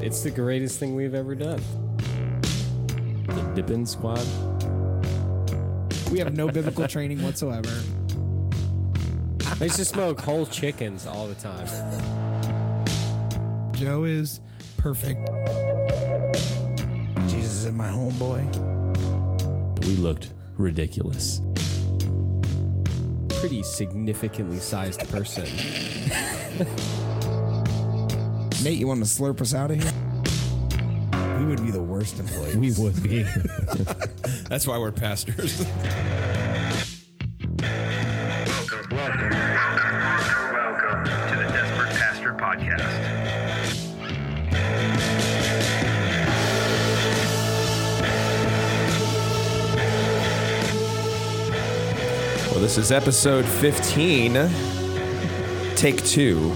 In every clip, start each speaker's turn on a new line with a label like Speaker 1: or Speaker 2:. Speaker 1: It's the greatest thing we've ever done. The Dippin' Squad.
Speaker 2: We have no biblical training whatsoever.
Speaker 1: I used to smoke whole chickens all the time.
Speaker 2: Joe is perfect.
Speaker 3: Jesus is my homeboy.
Speaker 4: We looked ridiculous.
Speaker 1: Pretty significantly sized person.
Speaker 3: Nate, you want to slurp us out of here? We would be the worst employees.
Speaker 4: We would be.
Speaker 5: That's why we're pastors.
Speaker 6: Welcome, welcome, welcome, welcome to the Desperate Pastor Podcast.
Speaker 5: well, this is episode 15, take two.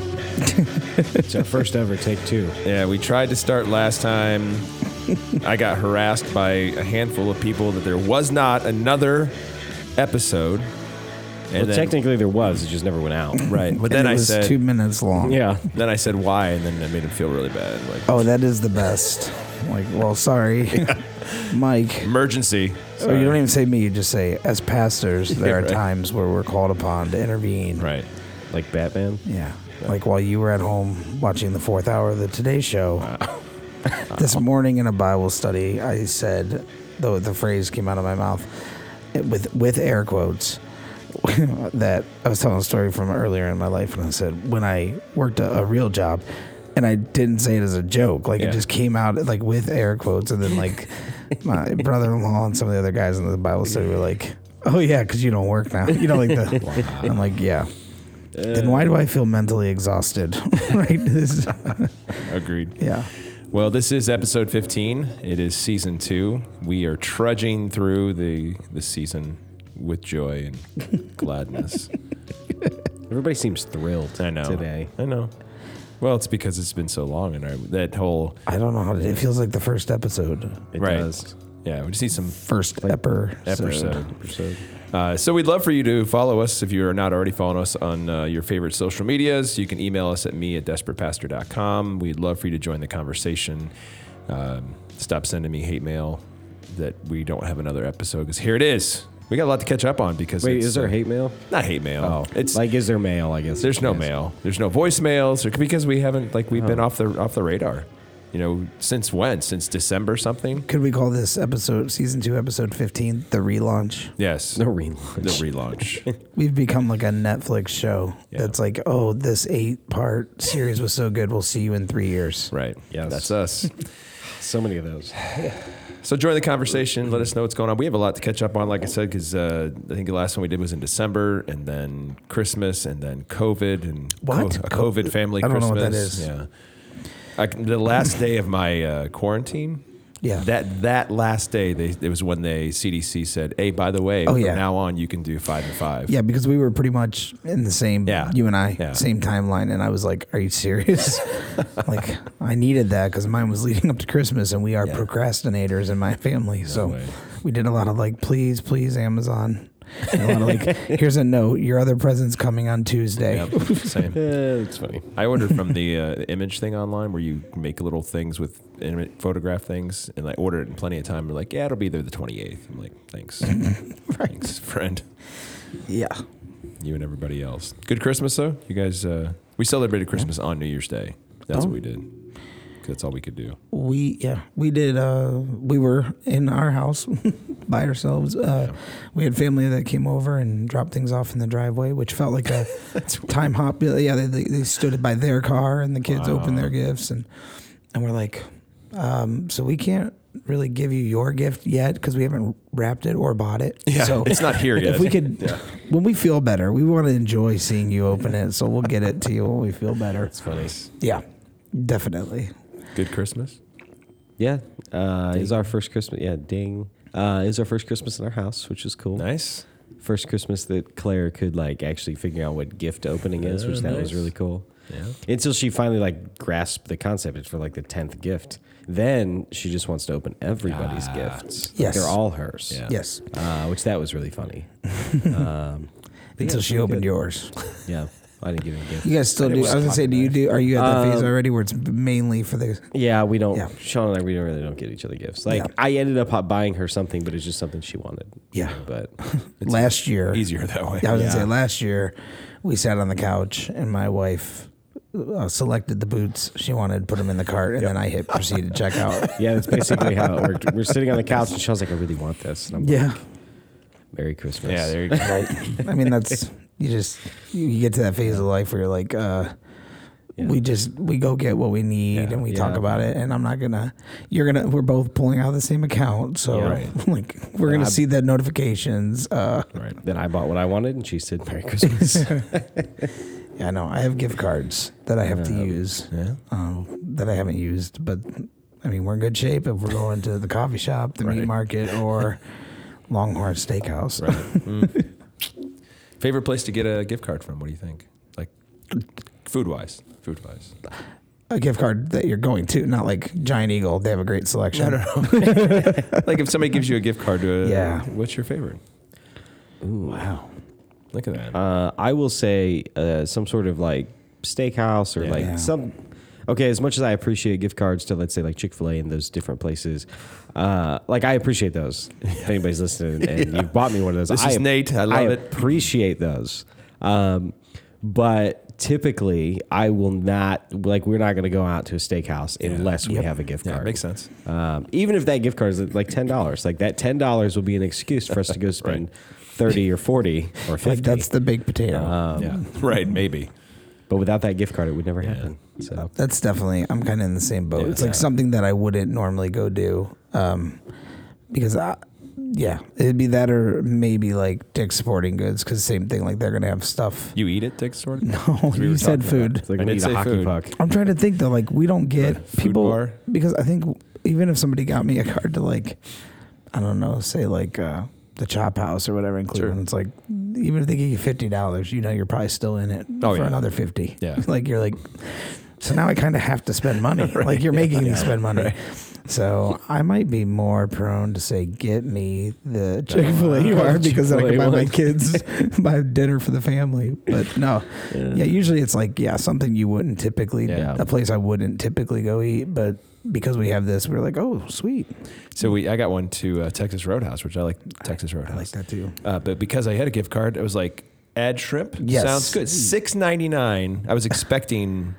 Speaker 1: It's our first ever take two.
Speaker 5: Yeah, we tried to start last time. I got harassed by a handful of people that there was not another episode. And
Speaker 1: Well, technically there was. It just never went out.
Speaker 5: right. But
Speaker 3: And
Speaker 5: then
Speaker 3: it
Speaker 5: I
Speaker 3: was
Speaker 5: said,
Speaker 3: two minutes long.
Speaker 1: Yeah.
Speaker 5: then I said why, and then it made him feel really bad. Like
Speaker 3: Oh, that is the best. Like, well, sorry, Mike.
Speaker 5: emergency.
Speaker 3: So you don't even say me. You just say, as pastors, there
Speaker 5: Yeah,
Speaker 3: are
Speaker 5: right.
Speaker 3: times where we're called upon to intervene.
Speaker 5: Right.
Speaker 1: Like Batman.
Speaker 3: Yeah. Like while you were at home watching the fourth hour of the Today Show, this morning in a Bible study, I said, though the phrase came out of my mouth it- with with air quotes, that I was telling a story from earlier in my life, and I said when I worked a, a real job, and I didn't say it as a joke, like
Speaker 5: Yeah.
Speaker 3: it just came out like with air quotes, and then like my brother-in-law and some of the other guys in the Bible study were like. Oh yeah, because you don't work now. You know, like the. I'm like, yeah, then why do I feel mentally exhausted? right? This-
Speaker 5: Agreed.
Speaker 3: yeah.
Speaker 5: Well, this is episode 15. It is season two. We are trudging through the the season with joy and gladness.
Speaker 1: Everybody seems thrilled
Speaker 5: I know
Speaker 1: today.
Speaker 5: I know. Well, it's because it's been so long, and I, that whole
Speaker 3: I don't know how to. It feels like the first episode.
Speaker 1: It
Speaker 5: right.
Speaker 1: does.
Speaker 5: Yeah, we just need some
Speaker 3: First eper.
Speaker 5: episode.
Speaker 1: Episode.
Speaker 5: Uh, so we'd love for you to follow us if you are not already following us on uh, your favorite social medias. You can email us at me at desperatepastor.com. We'd love for you to join the conversation. Um, stop sending me hate mail that we don't have another episode because here it is. We got a lot to catch up on because
Speaker 1: Wait,
Speaker 5: it's,
Speaker 1: is there
Speaker 5: uh,
Speaker 1: hate mail?
Speaker 5: Not hate mail. Oh. it's like
Speaker 1: like is there mail, I guess.
Speaker 5: there's no
Speaker 1: Yes. Oh.
Speaker 5: mail. There's no voicemails or, because we haven't like we've been off the off the radar. You know, since when? Since December something?
Speaker 3: Could we call this episode, season two, episode 15, the relaunch?
Speaker 5: Yes.
Speaker 1: No
Speaker 5: the
Speaker 1: relaunch.
Speaker 5: relaunch.
Speaker 3: We've become like a Netflix show
Speaker 5: Yeah.
Speaker 3: that's like, oh, this eight part series was so good. We'll see you in three years.
Speaker 5: right.
Speaker 1: Yes.
Speaker 5: That's us.
Speaker 1: so many of those.
Speaker 5: So join the conversation. Let us know what's going on. We have a lot to catch up on, like I said, because uh, I think the last one we did was in December, and then Christmas, and then COVID, and
Speaker 3: What?
Speaker 5: a COVID family
Speaker 3: I don't know
Speaker 5: Christmas.
Speaker 3: what that is.
Speaker 5: Yeah, I, can- the last day of my uh, quarantine.
Speaker 3: Yeah.
Speaker 5: That that last day, they, it was when the CDC said, "Hey, by the way,
Speaker 3: Oh,
Speaker 5: from
Speaker 3: yeah.
Speaker 5: now on, you can do five and five.
Speaker 3: Yeah, because we were pretty much in the same,
Speaker 5: Yeah.
Speaker 3: you and I,
Speaker 5: Yeah.
Speaker 3: same timeline. And I was like, are you serious? like, I needed that because mine was leading up to Christmas and we are procrastinators in my family. so
Speaker 5: way.
Speaker 3: we did a lot of like, please, please, Amazon. And a lot of like, here's a note. Your other present's coming on Tuesday.
Speaker 5: Yep, same.
Speaker 1: Eh, it's funny.
Speaker 5: I ordered from the uh, image thing online where you make little things with image, photograph things, and I ordered it in plenty of time. They're like, yeah, it'll be there the 28th. I'm like, thanks. Thanks, friend.
Speaker 3: Yeah.
Speaker 5: You and everybody else. Good Christmas, though. You guys, uh, we celebrated Christmas on New Year's Day. That's
Speaker 3: Oh.
Speaker 5: what we did. 'Cause That's all we could do.
Speaker 3: we yeah we did uh we were in our house by ourselves uh we had family that came over and dropped things off in the driveway which felt like a time hop yeah they, they, they stood by their car and the kids opened their gifts and and we're like um so we can't really give you your gift yet because we haven't wrapped it or bought it so
Speaker 5: it's not here yet.
Speaker 3: if we could when we feel better we want to enjoy seeing you open it so we'll get it to you when we feel better
Speaker 5: It's funny.
Speaker 3: yeah definitely
Speaker 5: Good Christmas.
Speaker 1: Yeah. Uh is our first Christmas yeah, ding. Uh is our first Christmas in our house, which is cool.
Speaker 5: Nice.
Speaker 1: First Christmas that Claire could like actually figure out what gift opening is, which that was really cool.
Speaker 5: Yeah.
Speaker 1: Until she finally like grasped the concept. It's for like the tenth gift. Then she just wants to open everybody's gifts. Like,
Speaker 3: Yes.
Speaker 1: they're all hers.
Speaker 5: Ah, Yeah.
Speaker 3: yes
Speaker 1: Uh, which that was really funny. um, but yeah,
Speaker 3: until
Speaker 1: it's
Speaker 3: she
Speaker 1: really
Speaker 3: opened
Speaker 1: good.
Speaker 3: yours
Speaker 1: Yeah. I didn't get any gift.
Speaker 3: You guys still do. I was gonna say, do you do? Are you at that phase already where it's mainly for the?
Speaker 1: Yeah, we don't.
Speaker 3: Yeah.
Speaker 1: Sean and I, we don't really don't get each other gifts. Like
Speaker 3: Yeah.
Speaker 1: I ended up buying her something, but it's just something she wanted.
Speaker 3: Yeah.
Speaker 1: but
Speaker 3: last year,
Speaker 5: Easier that way.
Speaker 3: I was gonna say last year, we sat on the couch and my wife uh, selected the boots she wanted, put them in the cart, and then I hit proceed to check out.
Speaker 1: yeah, that's basically how it worked. We're sitting on the couch, and Sean's like, "I really want this," and I'm like,
Speaker 3: Yeah,
Speaker 1: "Merry Christmas."
Speaker 5: Yeah, there you go.
Speaker 3: I mean that's you just you get to that phase of life where you're like, uh, we just we go get what we need and we talk
Speaker 1: yeah.
Speaker 3: about it. And I'm not gonna, you're gonna, we're both pulling out of the same account, so
Speaker 1: Yeah.
Speaker 3: like we're gonna see the notifications. Uh,
Speaker 1: right. Then I bought what I wanted, and she said, "Merry Christmas."
Speaker 3: yeah, I know I have gift cards that I have to use um, that I haven't used, but I mean we're in good shape if we're going to the coffee shop, the meat market, or Longhorn Steakhouse.
Speaker 5: Favorite place to get a gift card from? What do you think? Like food wise. Food wise.
Speaker 3: A gift card that you're going to, not like Giant Eagle. They have a great selection.
Speaker 5: Like if somebody gives you a gift card to a
Speaker 3: Yeah.
Speaker 5: what's your favorite?
Speaker 3: Wow.
Speaker 5: Look at that.
Speaker 1: uh, I will say uh, some sort of like steakhouse or like
Speaker 3: Yeah.
Speaker 1: some. Okay, as much as I appreciate gift cards to let's say like Chick Fil A and those different places, uh, like I appreciate those. If anybody's listening and you've bought me one of those,
Speaker 5: This
Speaker 1: I
Speaker 5: is Nate. I love it.
Speaker 1: Appreciate those, um, but typically I will not like. We're not going to go out to a steakhouse unless we have a gift
Speaker 5: yeah,
Speaker 1: card.
Speaker 5: makes sense.
Speaker 1: Um, even if that gift card is like ten dollars, like that ten dollars will be an excuse for us to go spend thirty or forty or fifty.
Speaker 3: Like that's the baked potato.
Speaker 1: Uh,
Speaker 5: yeah. Right, maybe.
Speaker 1: Um, But without that gift card, it would never happen. So
Speaker 3: That's definitely. I'm kind of in the same boat.
Speaker 5: Yeah.
Speaker 3: it's like something that I wouldn't normally go do, um, because I, yeah, it'd be that or maybe like Dick's Sporting Goods, because same thing. Like they're gonna have stuff.
Speaker 5: You eat it, Dick sort of?
Speaker 3: No,
Speaker 5: we
Speaker 3: you
Speaker 5: were
Speaker 3: said
Speaker 5: talking about.
Speaker 3: food.
Speaker 1: it's like
Speaker 5: I
Speaker 1: we
Speaker 5: did
Speaker 1: need
Speaker 5: say
Speaker 1: a hockey
Speaker 5: food.
Speaker 1: puck.
Speaker 3: I'm trying to think though. Like we don't get
Speaker 5: food
Speaker 3: people
Speaker 5: bar.
Speaker 3: because I think even if somebody got me a card to like, I don't know, say like uh, the Chop House or whatever in Cleveland, it's like even if they give you fifty dollars, you know you're probably still in it
Speaker 5: Oh,
Speaker 3: for
Speaker 5: yeah.
Speaker 3: another fifty.
Speaker 5: Yeah.
Speaker 3: like you're like, so now I kind of have to spend money. Like you're making me spend money. So I might be more prone to say, get me the Chick Fil A card because then I can buy my kids buy dinner for the family. But no, yeah. usually it's like yeah, something you wouldn't typically,
Speaker 1: Yeah.
Speaker 3: a place I wouldn't typically go eat, but because we have this, we're like, oh, sweet,
Speaker 5: So we I got one to uh, Texas Roadhouse, which I like Texas Roadhouse.
Speaker 3: I like that too.
Speaker 5: Uh, but because I had a gift card, it was like add shrimp.
Speaker 3: Yes.
Speaker 5: sounds good. Six ninety nine. I was expecting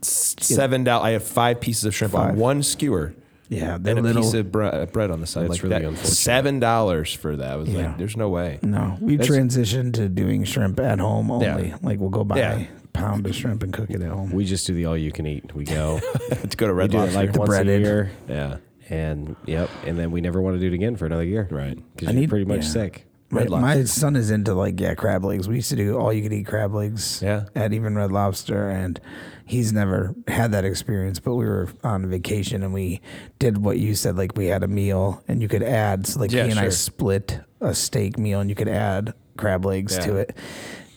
Speaker 5: s- seven dollars. I had five pieces of shrimp
Speaker 3: Five.
Speaker 5: on one skewer.
Speaker 3: Yeah, they're
Speaker 5: and a
Speaker 3: little.
Speaker 5: piece of bre- uh, bread on the side.
Speaker 1: That's
Speaker 5: like
Speaker 1: really
Speaker 5: that.
Speaker 1: unfortunate.
Speaker 5: Seven dollars for that. I was
Speaker 3: Yeah.
Speaker 5: like, there's no way.
Speaker 3: no, we have transitioned to doing shrimp at home
Speaker 5: Yeah.
Speaker 3: only. Like we'll go buy
Speaker 5: Yeah.
Speaker 3: a pound of shrimp and cook it at home.
Speaker 1: We just do the all you can eat. We go.
Speaker 5: to go to
Speaker 1: we
Speaker 5: Red
Speaker 1: do it
Speaker 5: Lobster.
Speaker 1: like once
Speaker 3: breaded.
Speaker 1: a year,
Speaker 5: yeah,
Speaker 1: and yep, and then we never want to do it again for another year,
Speaker 5: right.
Speaker 1: Because
Speaker 3: I
Speaker 1: you're
Speaker 3: need-
Speaker 1: pretty much
Speaker 3: yeah.
Speaker 1: sick.
Speaker 3: My,
Speaker 5: Red
Speaker 3: my son is into like yeah crab legs. We used to do all you could eat crab legs
Speaker 5: Yeah.
Speaker 3: at even Red Lobster, and he's never had that experience. But we were on vacation and we did what you said, like we had a meal and you could add. So like
Speaker 5: Yeah,
Speaker 3: he and I
Speaker 5: sure.
Speaker 3: split a steak meal and you could add crab legs
Speaker 5: Yeah.
Speaker 3: to it.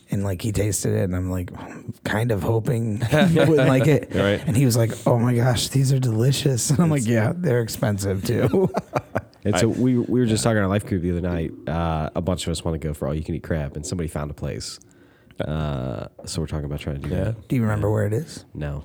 Speaker 3: And like he tasted it, and I'm like, kind of hoping he wouldn't like it.
Speaker 5: Right.
Speaker 3: And he was like, "Oh my gosh, these are delicious!" And I'm like, "Yeah, they're expensive too."
Speaker 1: And so we we were just talking on our life group the other night. Uh, a bunch of us want to go for all you can eat crab, and somebody found a place. Uh, so we're talking about trying to do
Speaker 5: Yeah,
Speaker 1: that.
Speaker 3: do you remember where it is?
Speaker 1: No,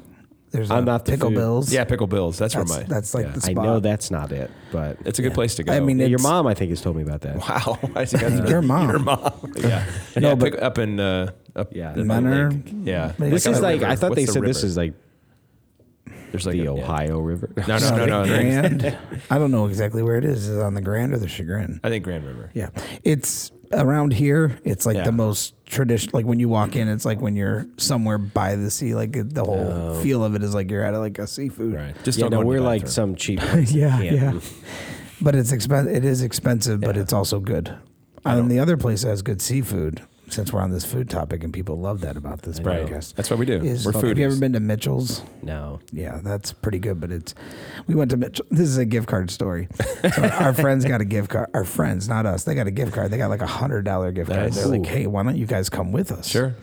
Speaker 3: There's
Speaker 1: I'm
Speaker 3: a
Speaker 1: not the
Speaker 3: pickle
Speaker 1: food-
Speaker 3: bills.
Speaker 5: yeah. Pickle Bills. That's,
Speaker 3: That's,
Speaker 5: where my.
Speaker 3: that's like
Speaker 5: yeah.
Speaker 3: the
Speaker 1: I
Speaker 3: spot.
Speaker 1: know that's not it, but
Speaker 5: It's a good place to go.
Speaker 3: I mean,
Speaker 1: Yeah, your
Speaker 3: it's-
Speaker 1: mom, I think, has told me about that.
Speaker 5: wow. I think that's-
Speaker 3: Your mom.
Speaker 5: Your mom. yeah. yeah.
Speaker 3: No,
Speaker 5: pick, up in uh, up
Speaker 1: Yeah.
Speaker 5: in
Speaker 3: Menor?
Speaker 5: Lake. Yeah.
Speaker 3: Maybe.
Speaker 1: This
Speaker 3: Like
Speaker 1: is
Speaker 5: on the
Speaker 1: like
Speaker 5: river.
Speaker 1: I thought
Speaker 5: What's
Speaker 1: they
Speaker 5: the
Speaker 1: said this
Speaker 5: river?
Speaker 1: is like
Speaker 5: there's like
Speaker 1: the
Speaker 5: a- yeah.
Speaker 1: Ohio River.
Speaker 5: No, no, no, no. no.
Speaker 3: Grand. I don't know exactly where it is. Is it on the Grand or the Chagrin?
Speaker 5: I think Grand River.
Speaker 3: Yeah, it's around here. It's like
Speaker 5: Yeah.
Speaker 3: the most traditional. Like when you walk in, it's like when you're somewhere by the sea. Like it- the whole feel of it is like you're at like a seafood.
Speaker 5: Oh. Right. Just
Speaker 1: yeah,
Speaker 5: don't
Speaker 1: no,
Speaker 5: go in the
Speaker 1: we're like
Speaker 5: bathroom.
Speaker 1: some cheap. place in
Speaker 3: Yeah,
Speaker 1: Canton.
Speaker 3: yeah. But it's expensive. It is expensive, but it's also good. And the other place that has good seafood. Since we're on this food topic, and people love that about this
Speaker 5: Right.
Speaker 3: podcast.
Speaker 5: That's what we do.
Speaker 3: Is,
Speaker 5: We're
Speaker 3: Have you ever
Speaker 5: foodies.
Speaker 3: been to Mitchell's?
Speaker 1: No.
Speaker 3: Yeah, that's pretty good, but it's we went to Mitchell. This is a gift card story. So our friends got a gift card. Our friends, not us. They got a gift card. They got like a hundred dollar gift card.
Speaker 5: Nice.
Speaker 3: They're like, hey, why don't you guys come with us?
Speaker 5: Sure.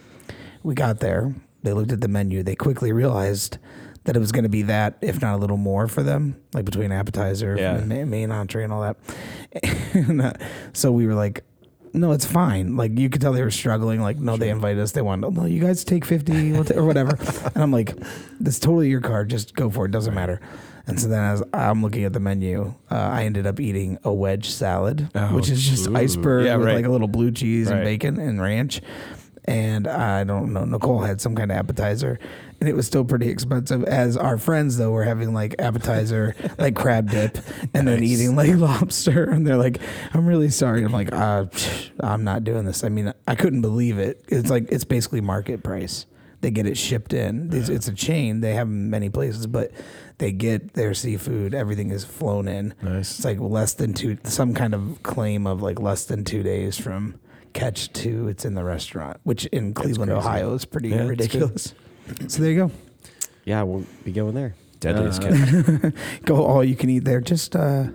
Speaker 3: We got there. They looked at the menu. They quickly realized that it was going to be that, if not a little more, for them, like between appetizer,
Speaker 5: Yeah.
Speaker 3: and ma- main entree, and all that. And, uh, so we were like, no, it's fine. Like you could tell they were struggling. Like, no, they invited us. They wanted, oh, no, you guys take 50 we'll ta- or whatever. and I'm like, that's totally your card. Just go for it. Doesn't matter. And so then as I'm looking at the menu, uh, I ended up eating a wedge salad, which is just iceberg
Speaker 5: Oh, Yeah,
Speaker 3: with
Speaker 5: right.
Speaker 3: like a little blue cheese
Speaker 5: Right.
Speaker 3: and bacon and ranch. And I don't know. Nicole had some kind of appetizer, and it was still pretty expensive. As our friends though were having like appetizer, like crab dip, and then eating like lobster, and they're like, "I'm really sorry." I'm like, uh, psh, "I'm not doing this." I mean, I couldn't believe it. It's like it's basically market price. They get it shipped in. It's, it's a chain. They have 'em many places, but they get their seafood. Everything is flown in.
Speaker 5: Nice.
Speaker 3: It's like less than two. Some kind of claim of like less than two days from catch to it's in the restaurant, which in Cleveland, Ohio, is pretty
Speaker 5: that's good.
Speaker 3: ridiculous. So there you go.
Speaker 1: Yeah, I won't be going there.
Speaker 5: Deadliest
Speaker 1: Uh,
Speaker 5: catch.
Speaker 3: Go all you can eat there. Just uh,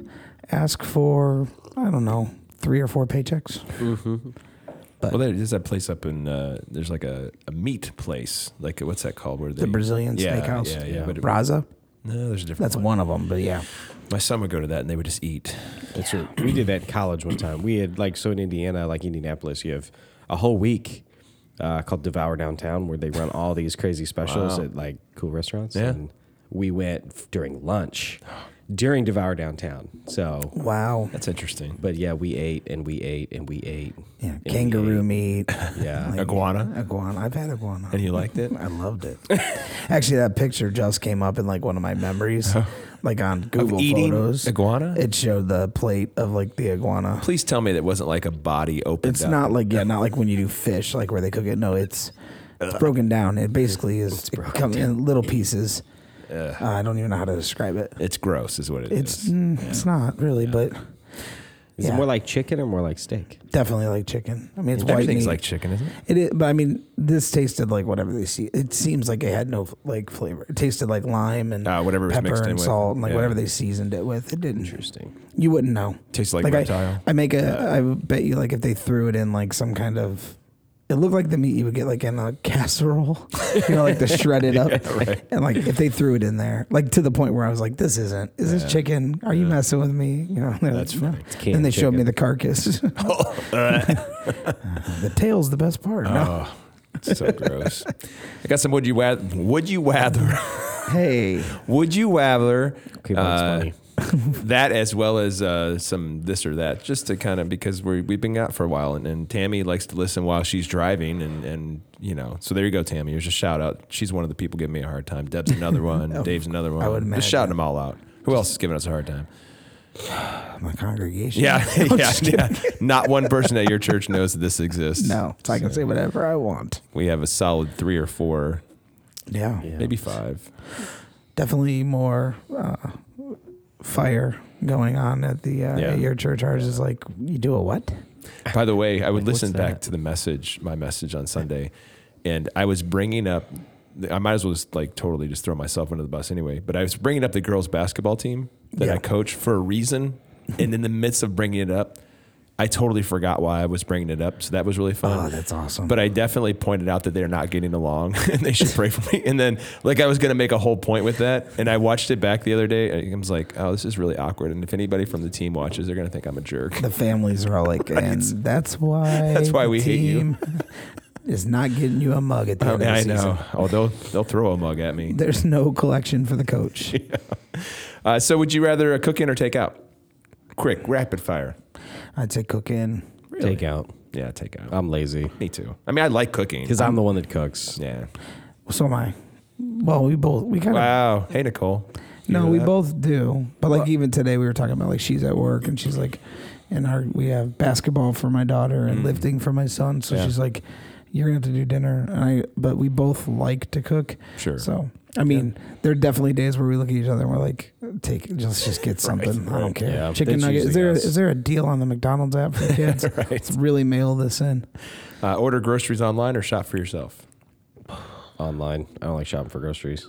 Speaker 3: ask for I don't know three or four paychecks.
Speaker 5: Well, there's that place up in uh, there's like a, a meat place. Like what's that called? Where they,
Speaker 3: The Brazilian
Speaker 5: yeah,
Speaker 3: steakhouse,
Speaker 5: Yeah, yeah. But it-
Speaker 3: Braza.
Speaker 5: no, there's a different.
Speaker 3: That's one of them, but yeah.
Speaker 5: My son would go to that and they would just eat.
Speaker 1: That's what we did that in college one time. We had like so in Indiana, like Indianapolis, you have a whole week uh, called Devour Downtown where they run all these crazy specials
Speaker 5: Wow.
Speaker 1: at like cool restaurants.
Speaker 5: Yeah.
Speaker 1: And we went f- during lunch, during Devour Downtown. So,
Speaker 3: Wow.
Speaker 5: That's interesting.
Speaker 1: but yeah, we ate and we ate and we ate.
Speaker 3: Yeah,
Speaker 1: and we
Speaker 3: kangaroo meat.
Speaker 1: ate. Yeah.
Speaker 3: Like-
Speaker 5: Iguana.
Speaker 3: Iguana. I've had iguana.
Speaker 5: And you liked it?
Speaker 3: I loved it. Actually, that picture just came up in like one of my memories, like on Google
Speaker 5: eating
Speaker 3: Photos.
Speaker 5: iguana?
Speaker 3: It showed the plate of like the iguana.
Speaker 5: Please tell me that wasn't like a body opened
Speaker 3: It's
Speaker 5: up.
Speaker 3: not like yeah, not like when you do fish, like where they cook it. No, it's it's broken down. It basically is it comes in little pieces. Uh, I don't even know how to describe it.
Speaker 5: It's gross, is what it
Speaker 3: It's
Speaker 5: is.
Speaker 3: mm, it's not really, but
Speaker 1: Is it
Speaker 3: yeah.
Speaker 1: more like chicken or more like steak?
Speaker 3: definitely like chicken. I mean, it's white
Speaker 5: Everything's
Speaker 3: meat.
Speaker 5: like chicken, isn't it?
Speaker 3: It is, but I mean, this tasted like whatever they see. It seems like it had no like flavor. It tasted like lime and
Speaker 5: Ah, whatever it was
Speaker 3: pepper
Speaker 5: mixed in
Speaker 3: and
Speaker 5: with.
Speaker 3: salt and like
Speaker 5: Yeah.
Speaker 3: whatever they seasoned it with. It didn't.
Speaker 1: Interesting.
Speaker 3: You wouldn't know.
Speaker 5: Tastes like
Speaker 3: I,
Speaker 5: reptile.
Speaker 3: I make a. I bet you like if they threw it in like some kind of. It looked like the meat you would get like in a casserole, you know, like the shredded up, and like if they threw it in there, like to the point where I was like, "This isn't. Is this chicken? Are you messing with me?" You know, that's like, funny.
Speaker 1: canned
Speaker 3: Then they showed me
Speaker 1: chicken.
Speaker 3: the carcass. the tail's the best part. No.
Speaker 5: Oh, it's so gross. I got some would you wath- would you rather
Speaker 3: Hey,
Speaker 5: would you rather
Speaker 1: Okay, but it's
Speaker 5: uh,
Speaker 1: funny.
Speaker 5: that as well as uh, some this or that just to kind of because we we've been out for a while and, and Tammy likes to listen while she's driving and and you know so there you go Tammy here's a shout out she's one of the people giving me a hard time Deb's another one Dave's another one
Speaker 3: Oh, would
Speaker 5: just
Speaker 3: imagine.
Speaker 5: shouting them all out who else is giving us a hard time
Speaker 3: my congregation.
Speaker 5: yeah yeah, yeah. not one person at your church knows that this exists
Speaker 3: No, so I can say whatever I want.
Speaker 5: we have a solid three or four
Speaker 3: Yeah.
Speaker 5: maybe five
Speaker 3: Definitely more uh, fire going on at the uh,
Speaker 5: Yeah.
Speaker 3: at your church. Ours is like, you do a what?
Speaker 5: By the way, I would listen
Speaker 1: what's
Speaker 5: back
Speaker 1: that?
Speaker 5: to the message, my message on Sunday, and I was bringing up. I might as well just like totally just throw myself under the bus anyway. But I was bringing up the girls' basketball team that I
Speaker 3: Yeah.
Speaker 5: coach for a reason, and in the midst of bringing it up, I totally forgot why I was bringing it up. So that was really fun.
Speaker 3: Oh, that's awesome.
Speaker 5: But I definitely pointed out that they're not getting along and they should pray for me. And then, like, I was going to make a whole point with that. And I watched it back the other day. And I was like, oh, this is really awkward. And if anybody from the team watches, they're going to think I'm a jerk.
Speaker 3: The families are all like, and that's why
Speaker 5: That's why
Speaker 3: the
Speaker 5: we hate you.
Speaker 3: team Is not getting you a mug at the end of the
Speaker 5: I
Speaker 3: season.
Speaker 5: know. Oh, they'll they'll throw a mug at me.
Speaker 3: There's no collection for the coach.
Speaker 5: Uh, so, would you rather uh, cook in or take out? Quick, rapid fire.
Speaker 3: I'd say cook in.
Speaker 1: Take out.
Speaker 5: Yeah, take out.
Speaker 1: I'm lazy
Speaker 5: me too. Um, I mean, I like cooking.
Speaker 1: because I'm the one that cooks.
Speaker 5: Yeah.
Speaker 3: So am I. Well, we both we kind of
Speaker 5: Wow. Hey, Nicole. You uh,
Speaker 3: No,
Speaker 5: hear
Speaker 3: we
Speaker 5: that?
Speaker 3: both do. But like even today, we were talking about like she's at work and she's like, and our we have basketball for my daughter and lifting for my son. So
Speaker 5: Mm-hmm. Yeah.
Speaker 3: she's like, you're gonna have to do dinner. And I, but we both like to cook.
Speaker 5: Sure.
Speaker 3: So I mean, there are definitely days where we look at each other and we're like, take, let's just get something. I don't care.
Speaker 1: Yeah,
Speaker 3: Chicken
Speaker 1: that's
Speaker 3: nuggets. Is
Speaker 1: usually
Speaker 3: there
Speaker 1: us.
Speaker 3: is there a deal on the McDonald's app for kids? Let's really mail this in.
Speaker 5: Uh, order groceries online or shop for yourself.
Speaker 1: Online, I don't like shopping for groceries.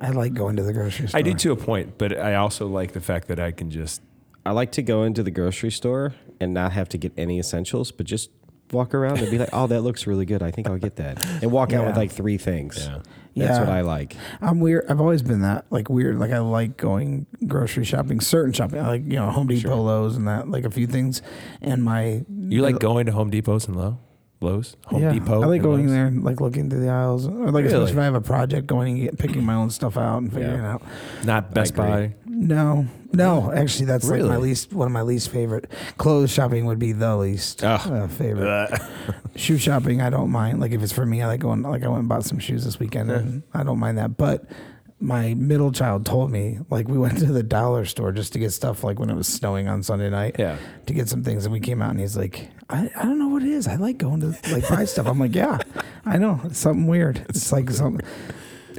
Speaker 3: I like going to the grocery store.
Speaker 5: I do to a point, but I also like the fact that I can just
Speaker 1: I like to go into the grocery store and not have to get any essentials, but just walk around and be like, "Oh, that looks really good. I think I'll get that," and walk out with
Speaker 3: Yeah.
Speaker 1: like three things.
Speaker 5: Yeah.
Speaker 1: That's
Speaker 3: Yeah.
Speaker 1: what I like.
Speaker 3: I'm weird. I've always been that like weird. Like I like going grocery shopping, certain shopping, I like you know Home Depot, Lowe's, and that like a few things. And my
Speaker 5: You like going to Home Depots and Low? Lowe's? Home
Speaker 3: yeah,
Speaker 5: Depot?
Speaker 3: I like
Speaker 5: and
Speaker 3: going
Speaker 5: Lowe's?
Speaker 3: there and like looking through the aisles, or like
Speaker 5: Really?
Speaker 3: especially if I have a project going and get, picking my own stuff out and figuring it out.
Speaker 5: Not Best Buy.
Speaker 3: No, no, actually that's like my
Speaker 5: Really?
Speaker 3: least one of my least favorite. Clothes shopping would be the least uh, favorite. shoe shopping I don't mind. Like if it's for me, I like going. Like I went and bought some shoes this weekend, and I don't mind that. But my middle child told me like we went to the dollar store just to get stuff like when it was snowing on Sunday night.
Speaker 5: Yeah.
Speaker 3: To get some things, and we came out, and he's like, I, I don't know what it is. I like going to like buy stuff. I'm like, yeah, I know. It's something weird. It's like something.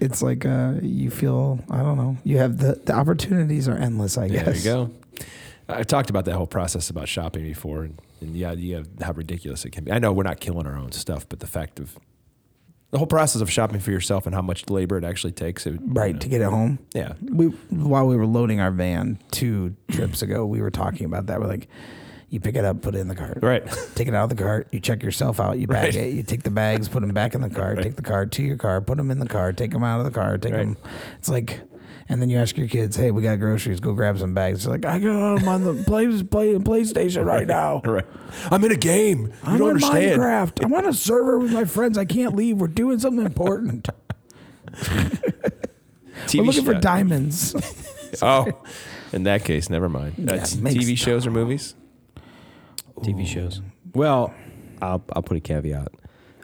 Speaker 3: It's like uh, you feel I don't know. You have the the opportunities are endless. I
Speaker 5: Yeah,
Speaker 3: guess.
Speaker 5: There you go. I talked about that whole process about shopping before, and, and the idea of how ridiculous it can be. I know we're not killing our own stuff, but the fact of the whole process of shopping for yourself and how much labor it actually takes. It,
Speaker 3: Right to get it home.
Speaker 5: yeah.
Speaker 3: we while we were loading our van two trips ago, we were talking about that. We're like, you pick it up, put it in the cart,
Speaker 5: Right.
Speaker 3: Take it out of the cart, you check yourself out, you bag
Speaker 5: Right.
Speaker 3: it, you take the bags, put them back in the cart, take the cart to your car, put them in the car, take them out of the car, take
Speaker 5: Right.
Speaker 3: them. It's like. And then you ask your kids, "Hey, we got groceries. Go grab some bags." They're like, "I got them on the play, play PlayStation right now.
Speaker 5: Right. I'm in a game. You
Speaker 3: I'm
Speaker 5: don't
Speaker 3: on
Speaker 5: understand.
Speaker 3: Minecraft. I'm on a server with my friends. I can't leave. We're doing something important.
Speaker 5: TV
Speaker 3: We're looking for
Speaker 5: show-
Speaker 3: diamonds."
Speaker 5: Oh, in that case, never mind. Uh,
Speaker 3: Yeah,
Speaker 5: t-
Speaker 3: makes
Speaker 5: TV shows or movies?
Speaker 1: TV shows. Well, I'll I'll put a caveat.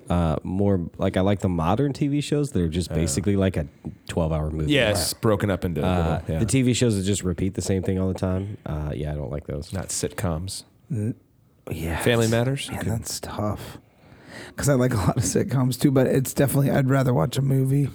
Speaker 1: Uh, more like I like the modern TV shows that are just basically like a twelve-hour movie.
Speaker 5: Yes, broken up into
Speaker 1: Uh,
Speaker 5: little- yeah.
Speaker 1: The TV shows that just repeat the same thing all the time. Uh, yeah, I don't like those.
Speaker 5: not sitcoms.
Speaker 3: yeah,
Speaker 5: Family Matters.
Speaker 3: Man, that's tough. Because I like a lot of sitcoms too, but it's definitely I'd rather watch a movie,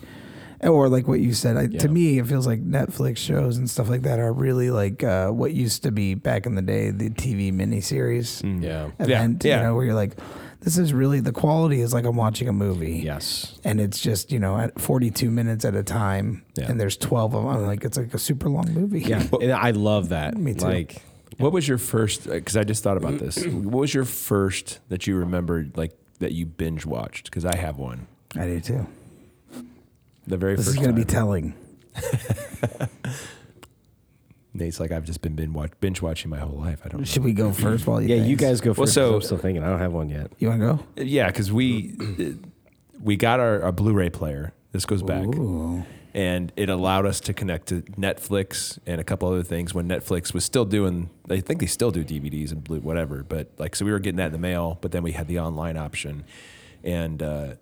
Speaker 3: or like what you said. I,
Speaker 5: Yeah.
Speaker 3: To me, it feels like Netflix shows and stuff like that are really like uh, what used to be back in the day, the TV miniseries
Speaker 5: Mm. Yeah.
Speaker 3: event.
Speaker 5: yeah.
Speaker 3: You know, where you're like, this is really the quality is like I'm watching a movie.
Speaker 1: Yes.
Speaker 3: And it's just you know at 42 minutes at a time,
Speaker 5: Yeah.
Speaker 3: and there's 12 of them. I'm like it's like a super long movie.
Speaker 1: Yeah, and I love that.
Speaker 3: Me too.
Speaker 1: Like,
Speaker 5: What was your first? Because I just thought about this. What was your first that you remembered, like that you binge watched? Because I have one.
Speaker 3: I do too.
Speaker 5: The very
Speaker 3: This
Speaker 5: first.
Speaker 3: is gonna be
Speaker 5: time.
Speaker 3: telling.
Speaker 5: Nate's like I've just been binge, watch- binge watching my whole life. I don't.
Speaker 3: Should we go first while you?
Speaker 1: yeah,
Speaker 3: think?
Speaker 1: you guys go first.
Speaker 5: Well,
Speaker 1: 'cause
Speaker 5: so-
Speaker 1: I'm still thinking. I don't have one yet.
Speaker 3: You want to go?
Speaker 5: know. Yeah, because we uh, we got our, our Blu-ray player. This goes back, and it allowed us to connect to Netflix and a couple other things when Netflix was still doing. I think they still do DVDs and blue whatever, but like so we were getting that in the mail. But then we had the online option, and uh,